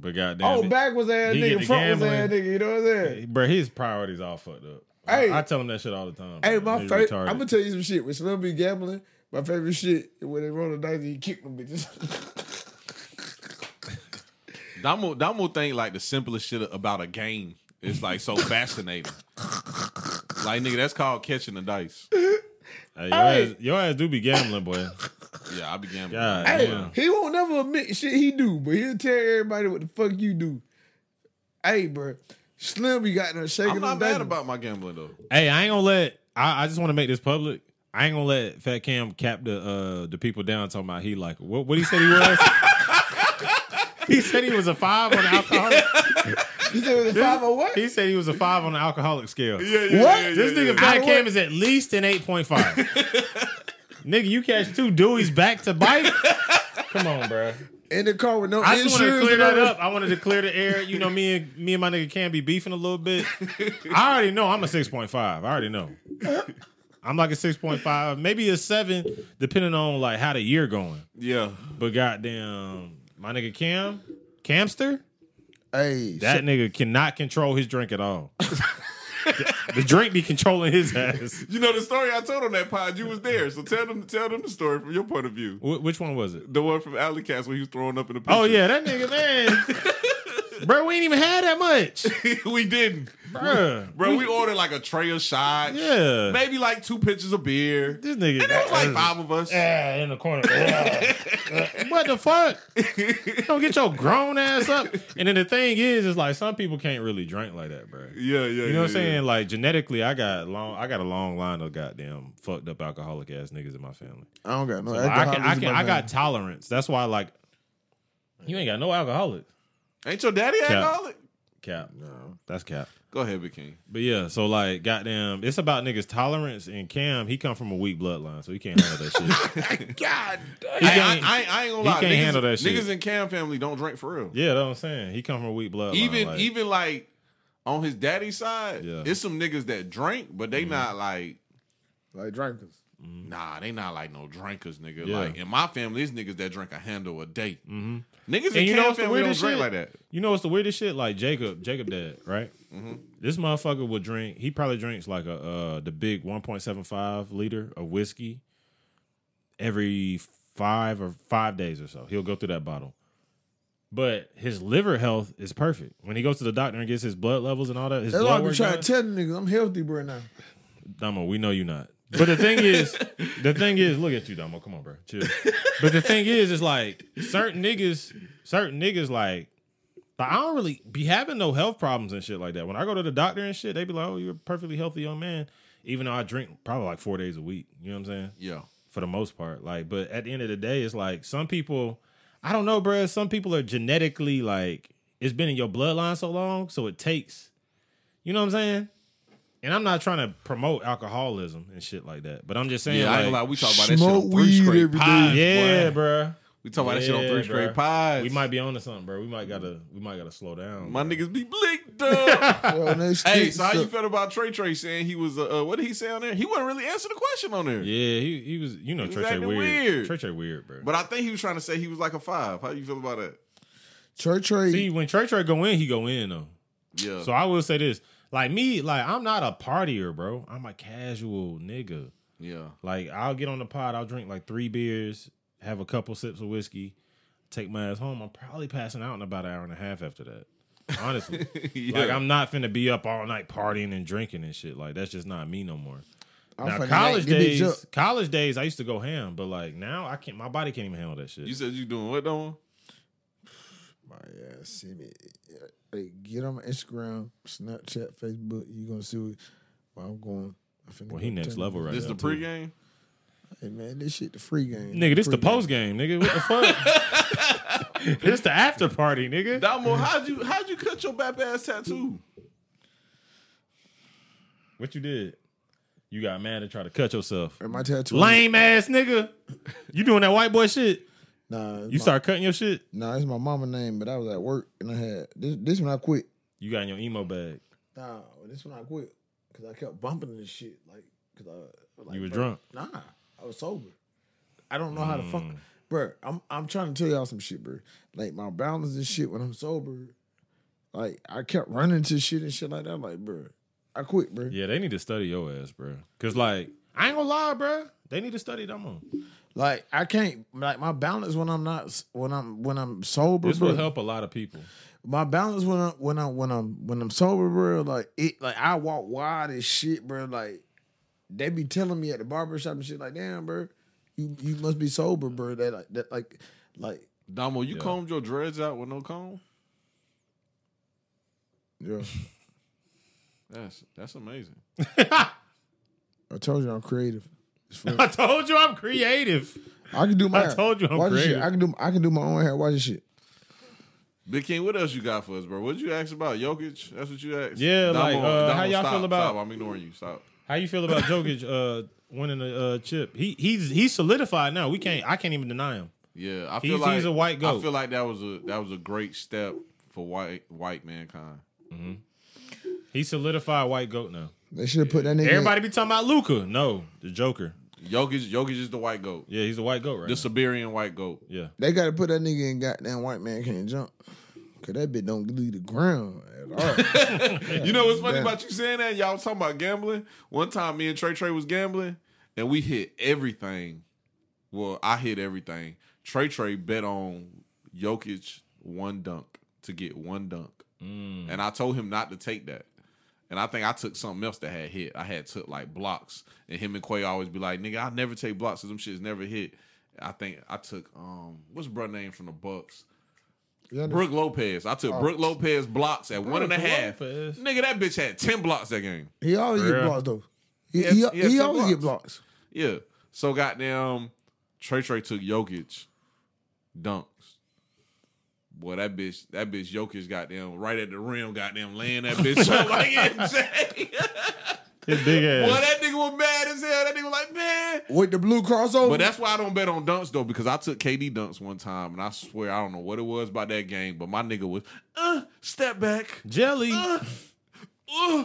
But goddamn,
Oh,
it-
back was ass
he get
nigga,
the
front was ass
gambling.
nigga. You know what I'm saying?
bro, his priorities all fucked up.
Hey.
I, I tell him that shit all the time.
Hey,
bro.
my
Nigga
favorite.
retarded.
I'm gonna tell you some shit. When Slim be gambling, my favorite shit is when they roll the dice and he kick them bitches.
Damo, Damo think like the simplest shit about a game is like so fascinating. Like nigga, that's called catching the dice.
Hey, your,
Hey.
Ass, your ass do be gambling, boy.
Yeah, I began.
God
Hey,
damn.
he won't never admit shit he do, but he'll tell everybody what the fuck you do. Hey, bro, Slim, you got no shaking.
I'm not
them
mad
diapers.
about my gambling though.
Hey, I ain't gonna let. I, I just want to make this public. I ain't gonna let Fat Cam cap the uh, the people down talking about he like what what he said he was. he said he was a five on the alcoholic.
You said it was a five oh or what?
He said he was a five on the alcoholic scale.
yeah,
What? yeah, yeah,
This nigga oh
I
Fat
would-
Cam is at least an eight point five. nigga, you catch two Dewey's back to bite. Come on, bro.
In the car with no
I just
insurance.
wanted to clear
and
that
all
up. I wanted to clear the air. You know, me and me and my nigga can be beefing a little bit. I already know I'm a six point five. I already know. I'm like a six point five, maybe a seven, depending on like how the year going.
Yeah,
But goddamn, my nigga Cam, Camster,
Hey,
that nigga cannot control his drink at all. the drink be controlling his ass.
you know the story I told on that pod. You was there, so tell them, tell them the story from your point of view.
Wh- which one was it?
The one from Alley Cats when he was throwing up in the picture.
Oh yeah, that nigga man. Bro, we ain't even had that much.
we didn't,
Bro,
bro. We ordered like a tray of shots.
Yeah.
maybe like two pitchers of beer.
this nigga.
and it was like five of us.
Yeah, in the corner. what the fuck? You don't get your grown ass up. And then the thing is, is like some people can't really drink like that, bro.
Yeah, yeah.
You know what I'm saying? Like genetically, I got long. I got a long line of goddamn fucked up alcoholic ass niggas in my family.
I don't got no.
Like, I can, I can, I got tolerance. That's why, like, you ain't got no alcoholic.
Ain't your daddy
Cap.
alcoholic?
Cap. No, that's cap.
Go ahead, Big King.
But yeah, so like, goddamn, it's about niggas tolerance. And Cam, he come from a weak bloodline, so he can't handle that shit.
God damn.
He
Hey, I,
can't-
I, I ain't gonna
he
lie.
can't
niggas,
handle that shit.
Niggas in Cam family don't drink for real.
yeah, that's what I'm saying. He come from a weak bloodline.
even
like-
even like on his daddy's side,
Yeah. Mm-hmm.
it's some niggas that drink, but they not like
Like drinkers.
nah, they not like no drinkers, nigga.
Yeah.
Like in my family, it's niggas that drink a handle a day. Niggas in
Mm-hmm. And you know
Cam
what's
family
the
don't
weirdest
drink
shit?
like that.
You know what's the weirdest shit? Like Jacob, Jacob dad, right? This motherfucker will drink. He probably drinks like a uh, the big 1.75 liter of whiskey, every five or five days or so. He'll go through that bottle. But his liver health is perfect. When he goes to the doctor and gets his blood levels and all that, his
That's why
blood
I be
work
trying
done-
to tell them niggas I'm healthy, bro. Now
Damo, we know you not. But the thing is, the thing is, look at you, Damo. Come on, bro. Chill. But the thing is, it's like certain niggas, certain niggas like, like, I don't really be having no health problems and shit like that. When I go to the doctor and shit, they be like, oh, you're a perfectly healthy young man. Even though I drink probably like four days a week. You know what I'm saying?
Yeah.
for the most part. Like, but at the end of the day, it's like some people, I don't know, bruh. Some people are genetically like it's been in your bloodline so long, so it takes. You know what I'm saying? And I'm not trying to promote alcoholism and shit like that, but I'm just saying,
Yeah, I ain't gonna lie,
like,
we talk about that shit
smoke
on three
weed
straight
every
pods,
day.
yeah,
boy.
bruh.
We talk about that shit on
Yeah,
three straight
bruh.
pies.
We might be onto something, bruh. We might gotta, we might gotta slow down.
My niggas be blinked up.
Well, they
hey,
stick-
so how you felt about Trey Trey saying he was? Uh, uh, what did he say on there? He wasn't really answering the question on there.
yeah, he he was, you know,
was
Trey Trey
acting
weird.
weird.
Trey Trey weird, bruh.
But I think he was trying to say he was like a five. How you feel about that?
Trey Trey,
See, when Trey Trey go in, he go in though.
Yeah.
So I will say this. Like me, like I'm not a partier, bro. I'm a casual nigga.
yeah.
Like I'll get on the pod, I'll drink like three beers, have a couple sips of whiskey, take my ass home. I'm probably passing out in about an hour and a half after that. Honestly.
Yeah.
Like I'm not finna be up all night partying and drinking and shit. Like that's just not me no more.
I'm
now
finna
college
light this bitch
days,
up.
college days, I used to go ham, but like now I can't. My body can't even handle that shit.
You said you doing what though?
My ass, see me. Hey, get on my Instagram, Snapchat, Facebook. You gonna see what where I'm going. I finna
well,
go
he next
tell
level
niggas.
right
This
now.
the
too.
pregame.
Hey man, this shit the free game.
Nigga, this the
Free game.
post game, nigga. What the fuck? this the after party, nigga.
Damo, how'd you how'd you cut your bap ass tattoo?
What you did? You got mad and tried to cut yourself.
And my tattoo.
Lame ass nigga. You doing that white boy shit.
Nah, it's
You
my,
start cutting your shit.
Nah, it's my mama name, but I was at work and I had this. This when I quit.
You got in your emo bag.
Nah, this when I quit because I kept bumping this shit. Like, cause I like,
You was
bruh,
drunk. Mm.
Nah, I was sober. I don't know how to fuck, bro. I'm I'm trying to tell y'all some shit, bro. Like my balance and shit when I'm sober. Like I kept running to shit and shit like that. I'm like, bro, I quit, bro.
Yeah, they need to study your ass, bro. Cause like I ain't gonna lie, bro. They need to study them on.
Like I can't. Like my balance when I'm not when I'm when I'm sober.
This
bro,
will help a lot of people.
my balance when I'm when I'm when I'm when I'm sober, bro, like it like I walk wide as shit, bro. Like they be telling me at the barber shop and shit, like, damn, bro, you you must be sober, bro. That like that like like
Damo, you
Yeah.
combed your dreads out with no comb?
yeah.
That's that's amazing.
I told you I'm creative. It's fun.
I told you I'm creative.
I can do my
I told you I'm
watch this shit.
creative.
I can do I can do my own hair. Watch this shit.
Big King, what else you got for us, bro? What'd you ask about? Jokic? That's what you asked?
Yeah, like, uh, how y'all
stop,
feel about-
stop. I'm ignoring you. Stop.
How you feel about Jokic uh winning the uh chip? He he's he's solidified now. We can't I can't even deny him.
Yeah, I feel
He's-
like
he's a white goat.
I feel like that was a that was a great step for white white mankind.
He solidified white goat now.
They should have put that nigga.
Everybody be talking about Luca. No, the Joker.
Jokic Jokic is the white goat,
Yeah, he's a white goat right
the
now.
Siberian white goat.
Yeah.
they gotta put that nigga in goddamn white man can't jump. Cause that bitch don't leave the ground at all.
You know what's funny about you saying that? Y'all was talking about gambling. One time, me and Trey Trey was gambling, and we hit everything. Well, I hit everything. Trey Trey bet on Jokic one dunk to get one dunk, and I told him not to take that. And I think I took something else that had hit. I had took like blocks, and him and Quay always be like, "Nigga, I never take blocks, cause them shits never hit." I think I took um, what's bro name from the Bucks?
You under-
Brooke Lopez. I took Brooke Lopez blocks at one and a
Brooke
half.
Lopez.
Nigga, that bitch had ten blocks that game.
he always
Yeah.
get blocks though. He,
has-
he,
he has
he
ten
always get blocks.
Yeah. So goddamn, Trey Trey took Jokic dunks. Boy, that bitch, that bitch Jokic goddamn right at the rim, goddamn laying that bitch up like MJ.
His big
Boy,
ass.
that nigga was mad as hell. That nigga was like, man.
With the blue crossover.
But that's why I don't bet on dunks though, because I took KD dunks one time, and I swear I don't know what it was about that game, but my nigga was uh, step back.
Jelly.
Uh.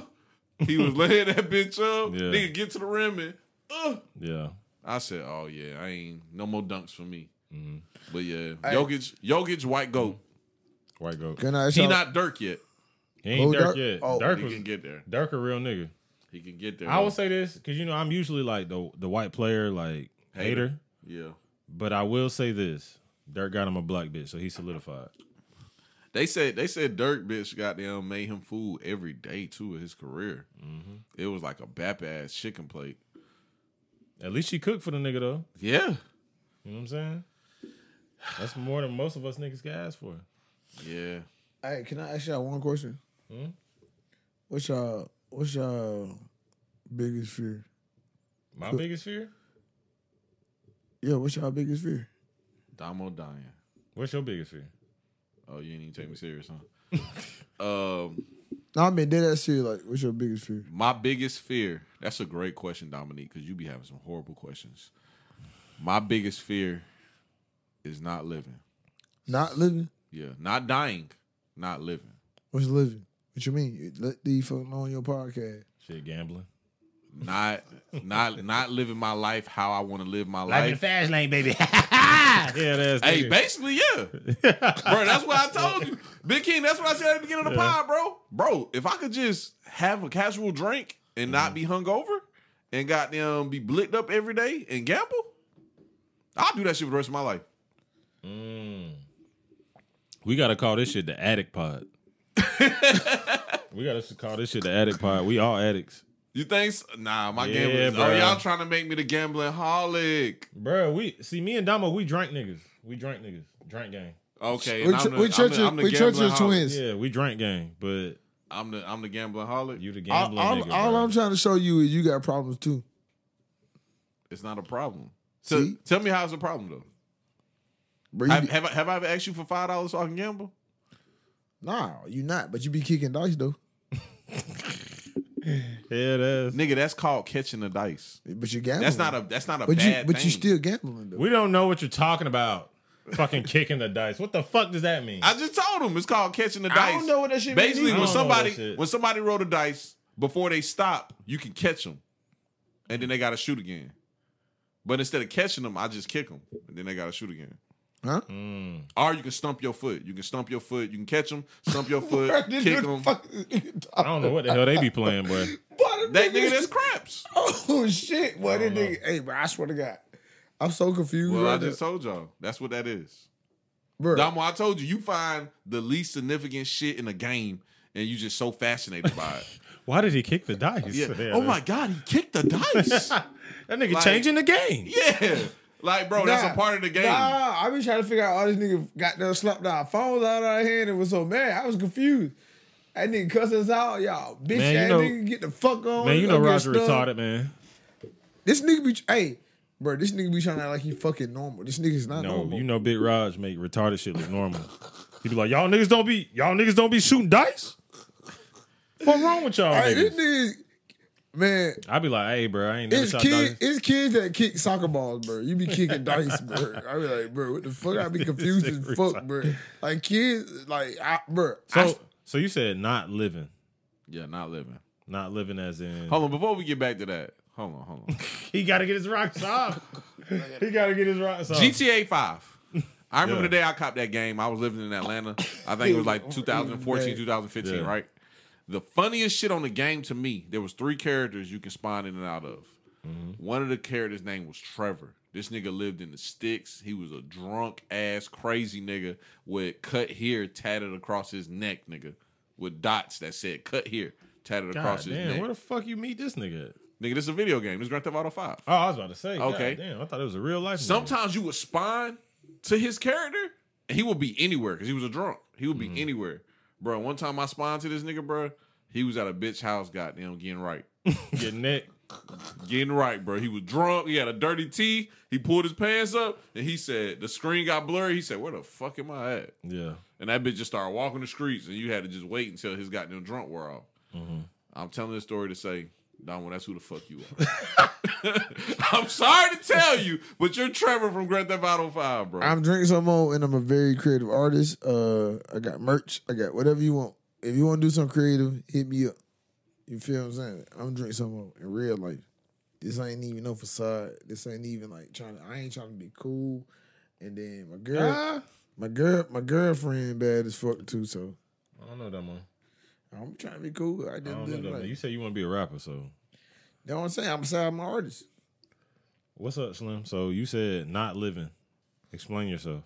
He was laying that bitch up.
Yeah.
Nigga get to the rim and uh.
yeah.
I said, "Oh yeah, I ain't no more dunks for me."
Mm-hmm.
But yeah, Jokic, Jokic, white goat.
White goat.
Can I ask
He
y'all-
not Dirk yet.
He ain't
Who,
Dirk,
Dirk?
yet.
Oh.
Dirk
He
was
can get there.
Dirk a real nigga.
He can get there.
I
though.
will say this because you know I'm usually like the the white player like hater,
Yeah.
But I will say this: Dirk got him a black bitch, so he solidified.
They said they said Dirk bitch goddamn made him food every day too of his career.
Mm-hmm.
It was like a bap ass chicken plate.
At least she cooked for the nigga though.
Yeah.
You know what I'm saying? That's more than most of us niggas can ask for.
Yeah.
Hey, can I ask y'all one question?
Hmm?
What's y'all what's y'all biggest fear?
My biggest fear?
Yeah, what's y'all biggest fear?
Damo dying.
What's your biggest fear?
Oh, you ain't even take me serious, huh? um
No, I mean dead ass serious. Like, what's your biggest fear?
My biggest fear. That's a great question, Dominique, because you be having some horrible questions. My biggest fear is not living.
Not living.
Yeah, not dying, not living.
What's living? What you mean? You Let these fucking on your podcast.
Shit, gambling.
Not not not living my life how I want to live my life.
fast lane, baby. yeah, that's
Hey,
nigga.
basically, yeah, bro. That's what I told you, Big King. That's what I said at the beginning of the pod, bro. Bro, if I could just have a casual drink and not be hungover, and goddamn be blicked up every day and gamble, I'll do that shit for the rest of my life.
We gotta call this shit the addict pod. we gotta call this shit the addict pod. We all addicts,
You think? So? Nah, my
Yeah,
gambling. is- Oh,
bruh.
y'all trying to make me the gambling holic?
bro. We see me and Damo. We drank niggas. We drank niggas. Drank gang.
Okay,
We
and I'm
ch-
the-
we
I'm the-
churches-
I'm the
we churches
gambling holic.
twins.
Yeah, we drank gang. But
I'm the I'm the gambling holic.
you the
All,
gambling
all,
nigga.
all
bro.
I'm trying to show you is you got problems too.
It's not a problem. So
See?
tell me how's the problem though.
But you,
Have, have I have I ever asked you for five dollars so I can gamble?
nah, you not. But you be kicking dice though.
yeah, that's.
Nigga, that's called catching the dice.
But you gambling.
That's not a that's not a
But you
bad
but
thing.
you still gambling though.
We don't know what you're talking about. Fucking kicking the dice. What the fuck does that mean?
I just told him it's called catching the
I
dice.
don't know what that shit mean
Basically,
either.
when
I don't know that
somebody
shit.
when somebody roll the dice before they stop, you can catch them, and then they got to shoot again. But instead of catching them, I just kick them, and then they got to shoot again.
Huh?
Or you can stump your foot. You can stump your foot. You can catch them, stump your foot,
Bro, this
kick
dude
them.
fucking-
I don't know what the hell they be playing, boy.
Why the
That nigga, that's craps.
Oh shit! What that nigga? Hey, bro, I swear to God, I'm so confused.
Well,
right
I
now.
just told y'all that's what that is.
bro,
Damo, I told you, you find the least significant shit in a game, and you just so fascinated by it.
Why did he kick the dice?
Yeah. oh my god, he kicked the dice.
That nigga
Like-
changing the game.
yeah. Like, bro, that's
Nah.
a part of the game.
Nah, I been trying to figure out all these niggas got them slapped our phones out of our hand and was so mad. I was confused. That nigga cuss us out, y'all. Bitch
Man, you
ass
know-
nigga, get the fuck on.
Oh,
Man, you know
gonna get
Roger
stung.
retarded, man.
This nigga be, hey, bro, this nigga be trying to act like he fucking normal. This nigga's not
No,
normal.
you know Big Raj make retarded shit look normal. he be like, y'all niggas don't be y'all niggas don't be shooting dice. What wrong with y'all
hey,
niggas?
this nigga, man,
I be like, hey, bro, I ain't never
it's
shot
kids,
dice.
it's kids that kick soccer balls, bro. You be kicking dice, bro. I be like, bro, what the fuck? I be confused as fuck, bro. Like kids, like, I, bro. I-
So, so you said not living,
Yeah, not living.
not living as in
Hold on, before we get back to that, hold on, hold on.
he got to get his rocks off. he got to get his rocks off.
GTA 5. I remember
Yeah.
the day I copped that game. I was living in Atlanta. I think it was like 2014, 2015,
Yeah.
right? The funniest shit on the game to me, there was three characters you can spawn in and out of.
Mm-hmm.
One of the characters' name was Trevor. This nigga lived in the sticks. He was a drunk ass crazy nigga with cut here tatted across his neck, nigga, with dots that said cut here tatted
God
across his
damn,
neck.
where the fuck you meet this nigga? at?
nigga, this is a video game. This is Grand Theft Auto 5.
Oh, I was about to say.
Okay.
Okay, damn, I thought it was a real life. nigga.
Mm-hmm. Sometimes you would spawn to his character, and he would be anywhere because he was a drunk. He would be anywhere, bro. One time I spawned to this nigga, bro. He was at a bitch house, goddamn, getting right,
Your neck.
getting right, bro. He was drunk. He had a dirty tee. He pulled his pants up, and he said the screen got blurry. He said, "Where the fuck am I at?"
Yeah.
And that bitch just started walking the streets, and you had to just wait until his goddamn drunk wore off. I'm telling this story to say, Donald, that's who the fuck you are. I'm sorry to tell you, but you're Trevor from Grand Theft Auto 5, bro.
I'm drinking some more, and I'm a very creative artist. Uh, I got merch. I got whatever you want. If you want to do something creative, hit me up. You feel what I'm saying? I'm drinking some more in real life. This ain't even no facade. This ain't even like trying. To, I ain't trying to be cool. And then my girl,
Ah.
my girl, my girlfriend bad as fuck too. So
I don't know that man.
I'm trying to be cool.
I
I didn't.
don't know that
didn't
man.
like,
You
you
said you want to be a rapper, so
know what I'm saying? I'm a side my artist.
What's up, Slim? So you said not living. Explain yourself.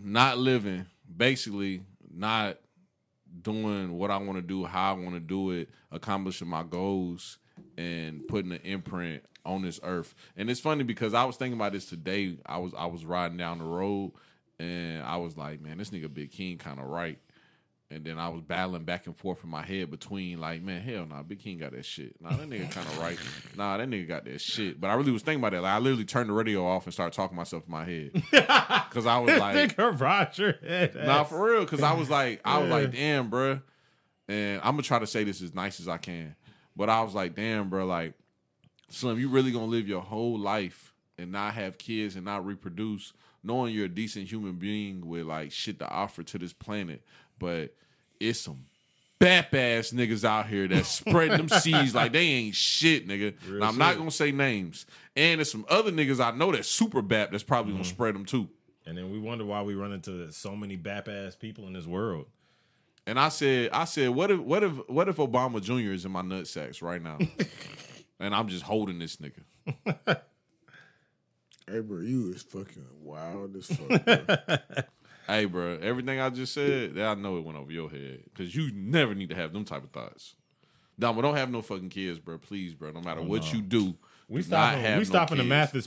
Not living, basically not doing what I want to do, how I want to do it, accomplishing my goals, and putting an imprint on this earth. And it's funny because I was thinking about this today. I was I was riding down the road, and I was like, man, this nigga Big King kind of right. And then I was battling back and forth in my head between like, man, hell nah, Big King got that shit. Nah, that nigga kind of right. Nah, that nigga got that shit. But I really was thinking about that. Like, I literally turned the radio off and started talking to myself in my head because I was like,
Nigga, Roger. had ass.
Nah, for real. Because I was like, I was like, damn, bruh. And I'm gonna try to say this as nice as I can, but I was like, damn, bruh, like, Slim, you really gonna live your whole life and not have kids and not reproduce, knowing you're a decent human being with like shit to offer to this planet, but it's some. Bap ass niggas out here that spreading them seeds like they ain't shit, nigga. Now, I'm not gonna say names. And there's some other niggas I know that's super bap that's probably gonna spread them too.
And then we wonder why we run into so many bap ass people in this world.
And I said, I said, what if, what if, what if Obama Jr. is in my nut sacks right now, and I'm just holding this nigga?
Hey, bro, you is fucking wild as fuck. bro.
Hey, bro, everything I just said, that I know it went over your head because you never need to have them type of thoughts. Dama, don't have no fucking kids, bro. Please, bro. No matter what you do,
Oh, We
do not
stopping,
have
we
no
stopping the
kids.
Mathis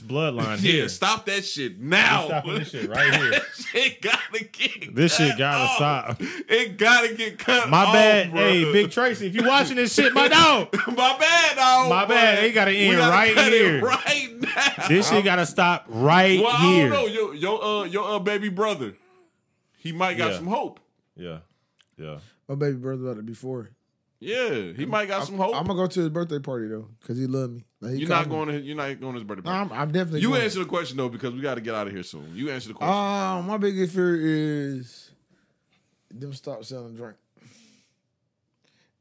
bloodline
Yeah,
here.
stop that shit
We
now.
stopping this shit right here.
That shit gotta get.
This shit
cut
gotta
off.
stop.
It gotta get cut.
My
off,
bad.
Oh, bro.
Hey, Big Tracy, if you watching this shit, my dog.
My bad, dog.
My bad.
bro.
It gotta
We
end right
cut it
here.
right now.
This shit gotta stop right
Well,
here.
I don't know. Your your uh, your uh, baby brother, he might got
Yeah.
some hope.
Yeah. Yeah.
My baby brother about to be four.
Yeah, he might got some hope.
I'm gonna go to his birthday party though, cause he love me. Like, he
you're not
called me.
going. To, you're not going to his birthday.
No,
party.
I'm, I'm definitely.
you
going.
answer the question though, because we got to get out of here soon. You answer the question.
Uh,
Um, my biggest fear is them stop selling drink.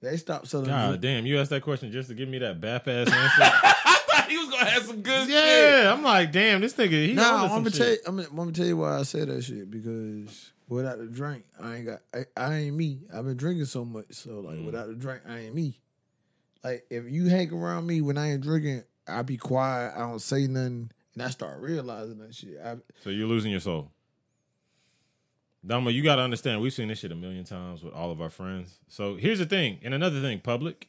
They stop selling
God
drink.
damn, you asked that question just to give me that bap ass answer.
I thought he was gonna have some good shit.
yeah, I'm like, damn, this nigga. He onto
Nah, I'm
some
gonna
shit.
tell you. I'm gonna, I'm gonna tell you why I say that shit because without the drink, I ain't got. I, I ain't me. I've been drinking so much, so like
Mm.
without the drink, I ain't me. Like if you hang around me when I ain't drinking, I be quiet. I don't say nothing, and I start realizing that shit. I,
So you're losing your soul. Dama, you gotta understand, we've seen this shit a million times with all of our friends. So here's the thing, and another thing, public,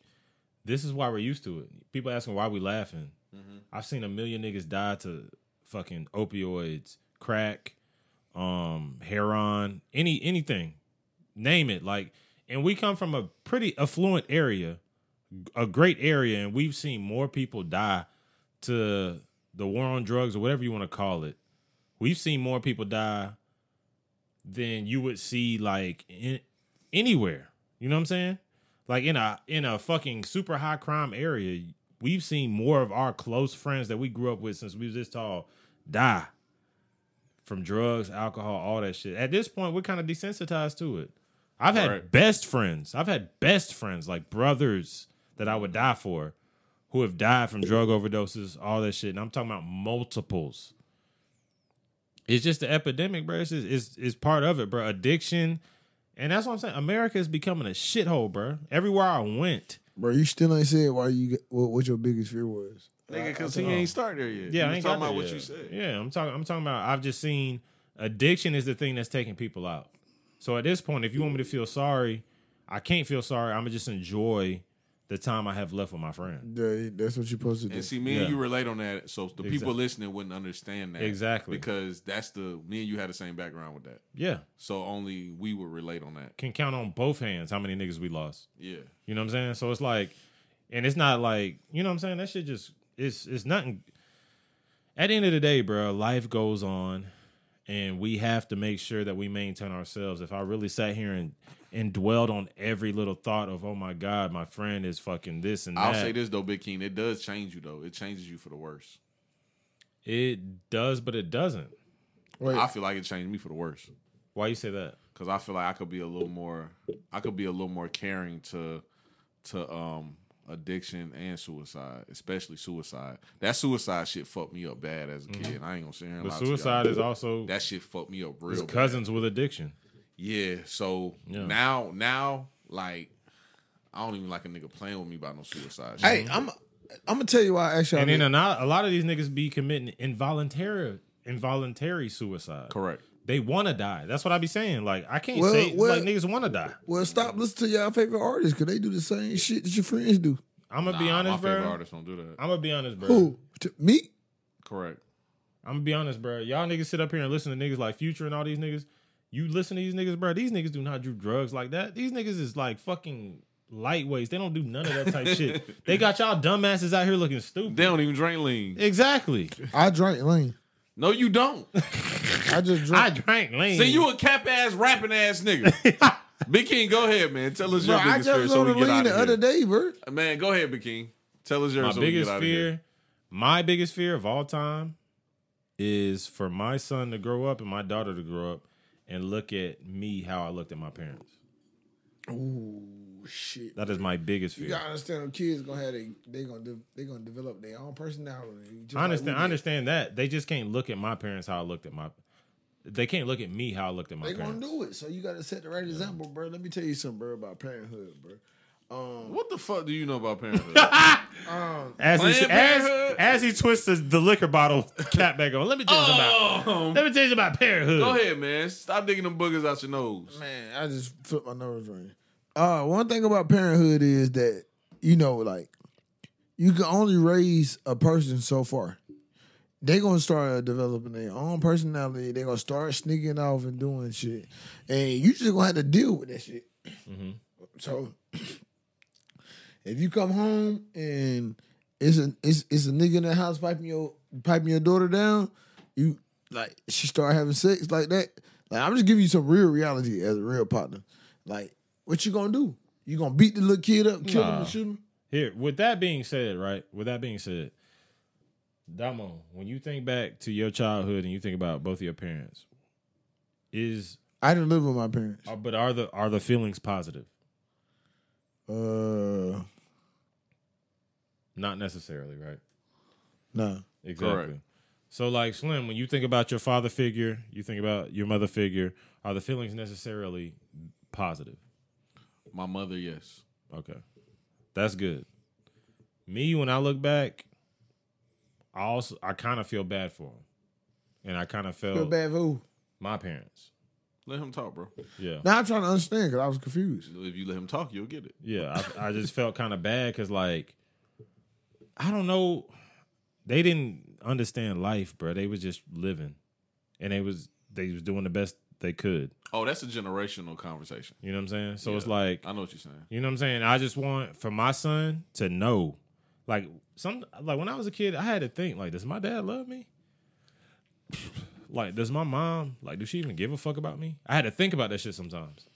this is why we're used to it. People asking why we laughing. I've seen a million niggas die to fucking opioids, crack, um, heroin, any anything. Name it. Like, and we come from a pretty affluent area, a great area, and we've seen more people die to the war on drugs or whatever you want to call it we've seen more people die than you would see like in, anywhere. You know what I'm saying? Like in a in a fucking super high crime area, we've seen more of our close friends that we grew up with since we was this tall die from drugs, alcohol, all that shit. At this point, we're kind of desensitized to it. I've had
Right.
best friends. I've had best friends like brothers that I would die for who have died from drug overdoses, all that shit. And I'm talking about multiples. It's just the epidemic, bro. It's, just, it's it's part of it, bro. Addiction, and that's what I'm saying. America is becoming a shithole, bro. Everywhere I went,
bro, you still ain't said why you got- what, what your biggest fear was.
Nigga, because he ain't start there yet. He
yeah, I
was
ain't
talking
got
about
there
what
yet.
you said.
Yeah, I'm talking. I'm talking about. I've just seen addiction is the thing that's taking people out. So at this point, if you want me to feel sorry, I can't feel sorry. I'm gonna just enjoy the time I have left with my friend.
Yeah, that's what you supposed to do.
And see, me
Yeah.
and you relate on that, so the people
Exactly.
listening wouldn't understand that
Exactly.
because that's the me and you had the same background with that.
Yeah,
So only we would relate on that.
can count on both hands how many niggas we lost.
Yeah.
You know what I'm saying? So it's like, and it's not like you know what I'm saying. That shit just it's it's nothing. At the end of the day, bro, life goes on, and we have to make sure that we maintain ourselves. If I really sat here and and dwelled on every little thought of, oh my god, my friend is fucking this and
I'll
that,
say this though, Big King, it does change you though. It changes you for the worse.
it does, but it doesn't.
Wait,
I feel like it changed me for the worse
Why you say that?
because I feel like I could be a little more, I could be a little more caring to, to um addiction and suicide, especially suicide. That suicide shit fucked me up bad as a kid. I ain't gonna sit here and
But
lie
Mm-hmm. suicide
to
is
y'all.
also
that shit fucked me up
is
real. bad.
cousins with addiction.
Yeah. So
Yeah.
now, now, like, I don't even like a nigga playing with me about no suicide. shit.
hey, I'm I'm gonna tell you why I asked y'all.
And then a
that.
lot, a lot of these niggas be committing involuntary involuntary suicide.
Correct.
They want to die. That's what I be saying. Like I can't
Well,
say
well-
like niggas want to die.
well, stop listening to y'all favorite artists because they do the same shit that your friends do.
I'm gonna
Nah,
be honest,
my
bro.
favorite artists don't do that.
I'm gonna be honest, bro.
Who? T- me?
Correct.
I'm gonna be honest, bro. Y'all niggas sit up here and listen to niggas like Future and all these niggas. You listen to these niggas, bro. These niggas do not do drugs like that. These niggas is like fucking lightweights. They don't do none of that type shit. They got y'all dumbasses out here looking stupid.
They don't even drink lean.
Exactly.
I drank lean.
No, you don't.
I just
I
drank.
drank lean.
See, you a cap ass rapping ass nigga. Big King, go ahead, man. Tell us
bro,
your
I
biggest fear
just
so
on
we
the
get
lean
out
the
of
other
here.
day, bro.
Man, go ahead, Big King. Tell us yours.
my
so we
biggest
get out Of here.
fear, my biggest fear of all time is for my son to grow up and my daughter to grow up and look at me how I looked at my parents.
Ooh, Oh, shit.
That is my biggest fear.
You gotta understand, them kids gonna have they they gonna de- they gonna develop their own personality. just
I understand.
like we
I
did.
understand that they just can't look at my parents how I looked at my. They can't look at me how I looked at my
They gonna
parents.
do it, so you gotta set the right example, bro. Let me tell you something, bro, about parenthood, bro.
What the fuck do you know about parenthood?
As he
Planned
as,
Parenthood?
as he twists the, the liquor bottle cap back on. Let me tell you about.
Oh.
Um,
Let me tell you about parenthood.
go ahead, man. Stop digging them boogers out your nose.
Man, I just flipped my nose ring. Uh, one thing about parenthood is that you know, like, you can only raise a person so far. They gonna start developing their own personality. They gonna start sneaking off and doing shit, and you just gonna have to deal with that shit. So, if you come home and it's a it's, it's a nigga in the house piping your piping your daughter down, you like she start having sex like that. Like I'm just giving you some real reality as a real partner. Like what you gonna do? You gonna beat the little kid up, kill him,
Nah.
and shoot him?
Here, with that being said, right? With that being said, Damo, when you think back to your childhood and you think about both of your parents, is
I didn't live with my parents.
are- but are the are the feelings positive?
Uh,
Not necessarily, right?
no.
Exactly. So, like Slim, when you think about your father figure, you think about your mother figure. Are the feelings necessarily positive?
My mother, yes.
Okay, that's good. Me, when I look back, I also I kind of feel bad for him, and I kind of
Feel
felt
bad for who?
my parents.
Let him talk, bro.
Yeah,
Now I'm trying to understand because I was confused.
If you let him talk, you'll get it.
yeah. I, I just felt kind of bad because, like, I don't know, they didn't understand life, bro. They was just living, and they was they was doing the best they could.
Oh, that's a generational conversation.
You know what I'm saying? So it's
Yeah.
like
I know what you're saying.
You know what I'm saying? I just want for my son to know, like some, like when I was a kid, I had to think, like, does my dad love me? like, does my mom, like, does she even give a fuck about me? I had to think about that shit sometimes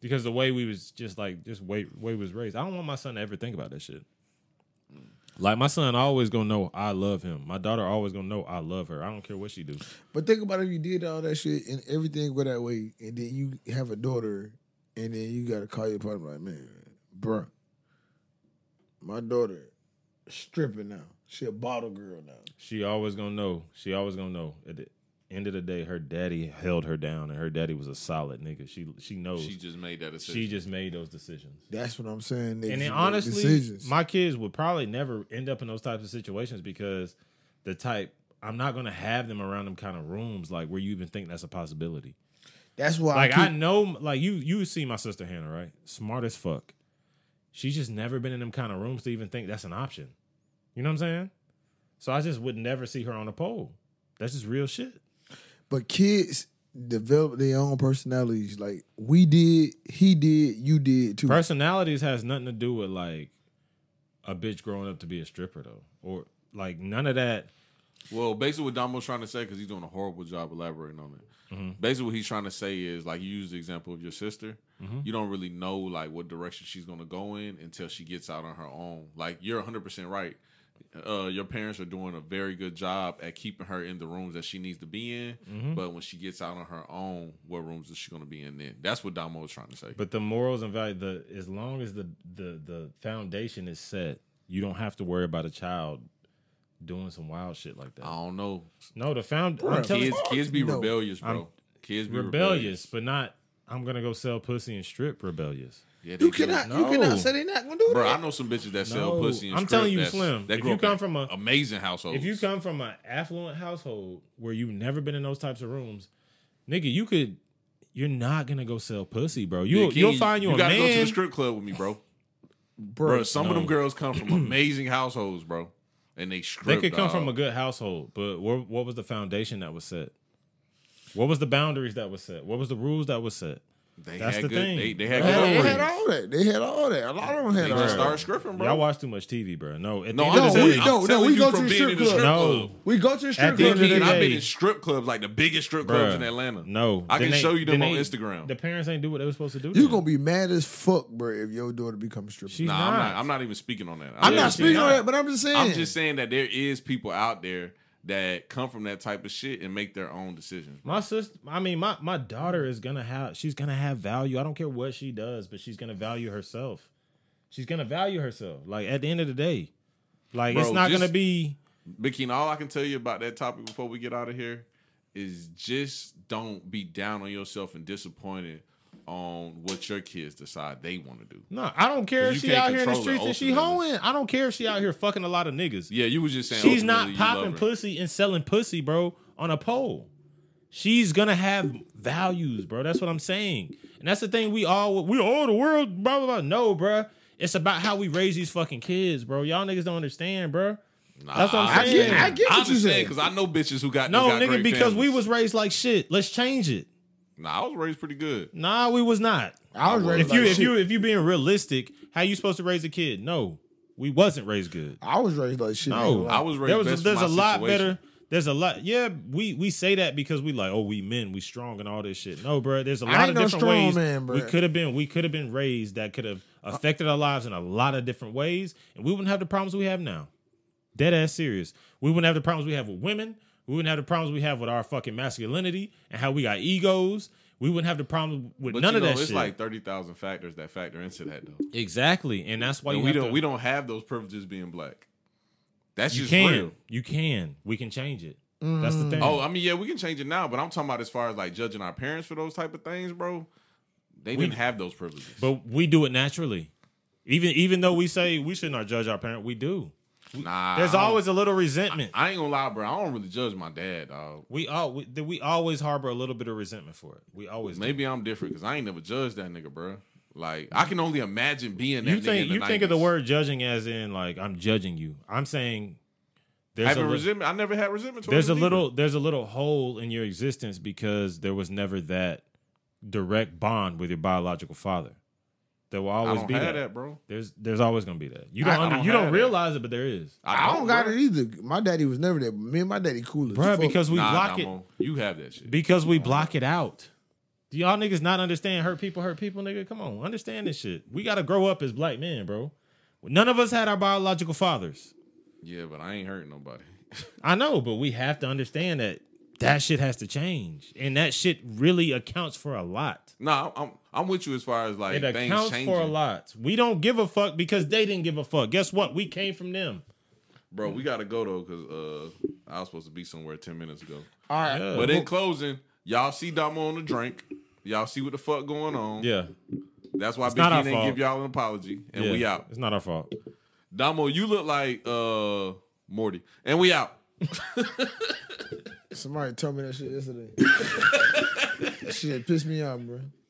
because the way we was just like, just way way was raised. I don't want my son to ever think about that shit. Like my son always gonna know I love him. My daughter always gonna know I love her. I don't care what she do.
But think about if you did all that shit and everything went that way, and then you have a daughter, and then you gotta call your partner like, man, bruh, my daughter stripping now. She a bottle girl now.
She always gonna know. She always gonna know. At the end of the day, her daddy held her down, and her daddy was a solid nigga. She she knows.
She
She,
just made that decision.
just made those decisions.
That's what I'm saying. niggas
And then
make
honestly,
decisions.
my kids would probably never end up in those types of situations because the type I'm not gonna have them around them kind of rooms like where you even think that's a possibility.
that's why
Like I
keep-
know, like you you see my sister Hannah right, smart as fuck. She's just never been in them kind of rooms to even think that's an option. You know what I'm saying? So I just would never see her on a pole. That's just real shit.
but kids develop their own personalities. Like we did, he did, you did too.
Personalities has nothing to do with like a bitch growing up to be a stripper though, or like none of that.
Well, basically what Damo's trying to say, because he's doing a horrible job elaborating on it.
Mm-hmm.
Basically, what he's trying to say is like you use the example of your sister.
Mm-hmm.
You don't really know like what direction she's gonna go in until she gets out on her own. Like you're 100 percent right. Uh, your parents are doing a very good job at keeping her in the rooms that she needs to be in.
Mm-hmm.
But when she gets out on her own, what rooms is she gonna be in then? That's what Damo was trying to say.
But the morals and value, the as long as the the the foundation is set, you don't have to worry about a child doing some wild shit like
I
that.
don't know.
No, the found I'm telling
Kids, kids be
No.
rebellious, bro.
I'm-
kids be
rebellious, but not I'm gonna go sell pussy and strip rebellious.
Yeah, they
You
do.
cannot,
No.
you cannot say they not gonna do
Bro, I
that.
know some bitches that sell
No.
pussy. And
I'm
strip
telling you,
that's-
Slim,
that
if
grew
you
up
come
in
from a-
amazing household,
If you come from an affluent household where you've never been in those types of rooms, nigga, you could. You're not gonna go sell pussy, bro. You
Key,
you'll find you,
you
a
gotta go to
man.
the strip club with me, bro.
bro,
Bro, some of them
no.
girls come from amazing households, bro, and they
They
strip.
could come
dog.
from a good household, but what, what was the foundation that was set? What was the boundaries that was set? What was the rules that was set?
They
That's
had
the
good,
thing.
They, they had
they, had,
good
they had
upbringings.
all that. They had all that. A lot of them
They
had all
just
that.
started stripping, bro.
Y'all watch too much TV, bro. No, at the
no,
end
I'm
of the
telling you,
we-
day,
I'm
no, no,
telling
we
you
go
from
to the
being
strip
in the
club.
strip
No.
club.
We go to the strip
At the
club.
end of the
Key, I've
day-
been in strip clubs, like the biggest strip
Bruh,
clubs in Atlanta.
No,
I can
Then they-
show you them
then
on
they-
Instagram.
The parents ain't do what they were supposed to do.
You
then.
gonna be mad as fuck, bro, if your daughter becomes a stripper.
She's
nah,
not.
I'm not. I'm not even speaking on that.
I'm
Yeah,
not
she
speaking
not.
on that, but I'm just saying.
I'm just saying that there is people out there that come from that type of shit and make their own decisions.
My sister, I mean, my my daughter is gonna have. She's gonna have value. I don't care what she does, but she's gonna value herself. She's gonna value herself. Like at the end of the day, like it's
Bro,
not
just-
gonna be.
Bikin, all I can tell you about that topic before we get out of here is just don't be down on yourself and disappointed on what your kids decide they want to do.
No, I don't care if
You
she
can't
out here in the
control it
streets and she
ultimately.
hoeing. I don't care if she out here fucking a lot of niggas.
Yeah, you was just saying
She's
ultimately
not
you love
popping
her.
pussy and selling pussy, bro, on a pole. She's gonna have values, bro. That's what I'm saying, and that's the thing. We all we all the world, blah blah blah. No, bro, it's about how we raise these fucking kids, bro. Y'all niggas don't understand, bro. That's what I'm
I
saying.
get- I get what
I
you
understand
saying.
because I know bitches who got
no,
who got
nigga,
great
because we
families.
was raised like shit. Let's change it.
nah, I was raised pretty good.
Nah, we was not.
I was raised
If you
like
if
shit.
you if you being realistic, how you supposed to raise a kid? No, we wasn't raised good.
I was raised like shit. ain't
No,
gonna lie.
Oh, I was raised
There was
best for
there's
my
a lot
situation.
better. There's a lot. Yeah, we we say that because we like, oh, we men, we strong and all this shit. No, bro, there's a lot
ain't
of
no
different
strong
ways
man, bruh.
we could have been. We could have been raised that could have affected our lives in a lot of different ways, and we wouldn't have the problems we have now. Dead ass serious. We wouldn't have the problems we have with women. We wouldn't have the problems we have with our fucking masculinity and how we got egos. We wouldn't have the problem with
But
none
you
of
know,
that
it's
shit.
like thirty thousand factors that factor into that though.
exactly, and that's why
And
you
we
have
don't
to-
we don't have those privileges being black. That's
You
just
can.
real.
You can. We can change it. That's the thing.
Oh, I mean, yeah, we can change it now, but I'm talking about as far as like judging our parents for those type of things, bro. They didn't have those privileges.
But we do it naturally. Even even though we say we should not judge our parent, we do.
nah, I
There's
don't-
always a little resentment.
I ain't gonna lie, bro. I don't really judge my dad, dog.
we all we, that we always harbor a little bit of resentment for it. We always. do.
Maybe I'm different because I ain't never judged that nigga, bro. Like I can only imagine being that.
you
nigga
think
in the
you think of the
90s.
word judging as in like I'm judging you. I'm saying there's a,
Having
li-
resentment, I never had resentment. towards
there's a
him
little there's a little hole in your existence because there was never that direct bond with your biological father. There will
either. I
always
don't
be
have
that.
that, bro.
There's there's always gonna be that. You
I-
don't
I
under,
don't
you
have
don't
that.
realize it, but there is.
I don't got
bro.
it either. My daddy was never there. But me and my daddy cool as
Bruh,
fuck.
because we
Nah,
block
nah,
it.
Mo, You have that shit.
Because we block it out. Do y'all niggas not understand hurt people hurt people, nigga? Come on, understand this shit. We gotta grow up as black men, bro. None of us had our biological fathers.
Yeah, but I ain't hurting nobody.
I know, but we have to understand that that shit has to change. And that shit really accounts for a lot.
nah, I'm, I'm I'm with you as far as like
It
things
accounts
changing,
for a lot. We don't give a fuck because they didn't give a fuck. Guess what? We came from them.
bro. We gotta go though because uh, I was supposed to be somewhere ten minutes ago.
all right,
Yeah.
But in closing, y'all see Damo on the drink. Y'all see what the fuck going on.
yeah.
That's why
not
Big
our
King didn't
fault.
give y'all an apology. And
yeah.
we out.
It's not our fault.
Damo, you look like uh Morty. And we out.
somebody told me that shit yesterday. that shit pissed me off, bro.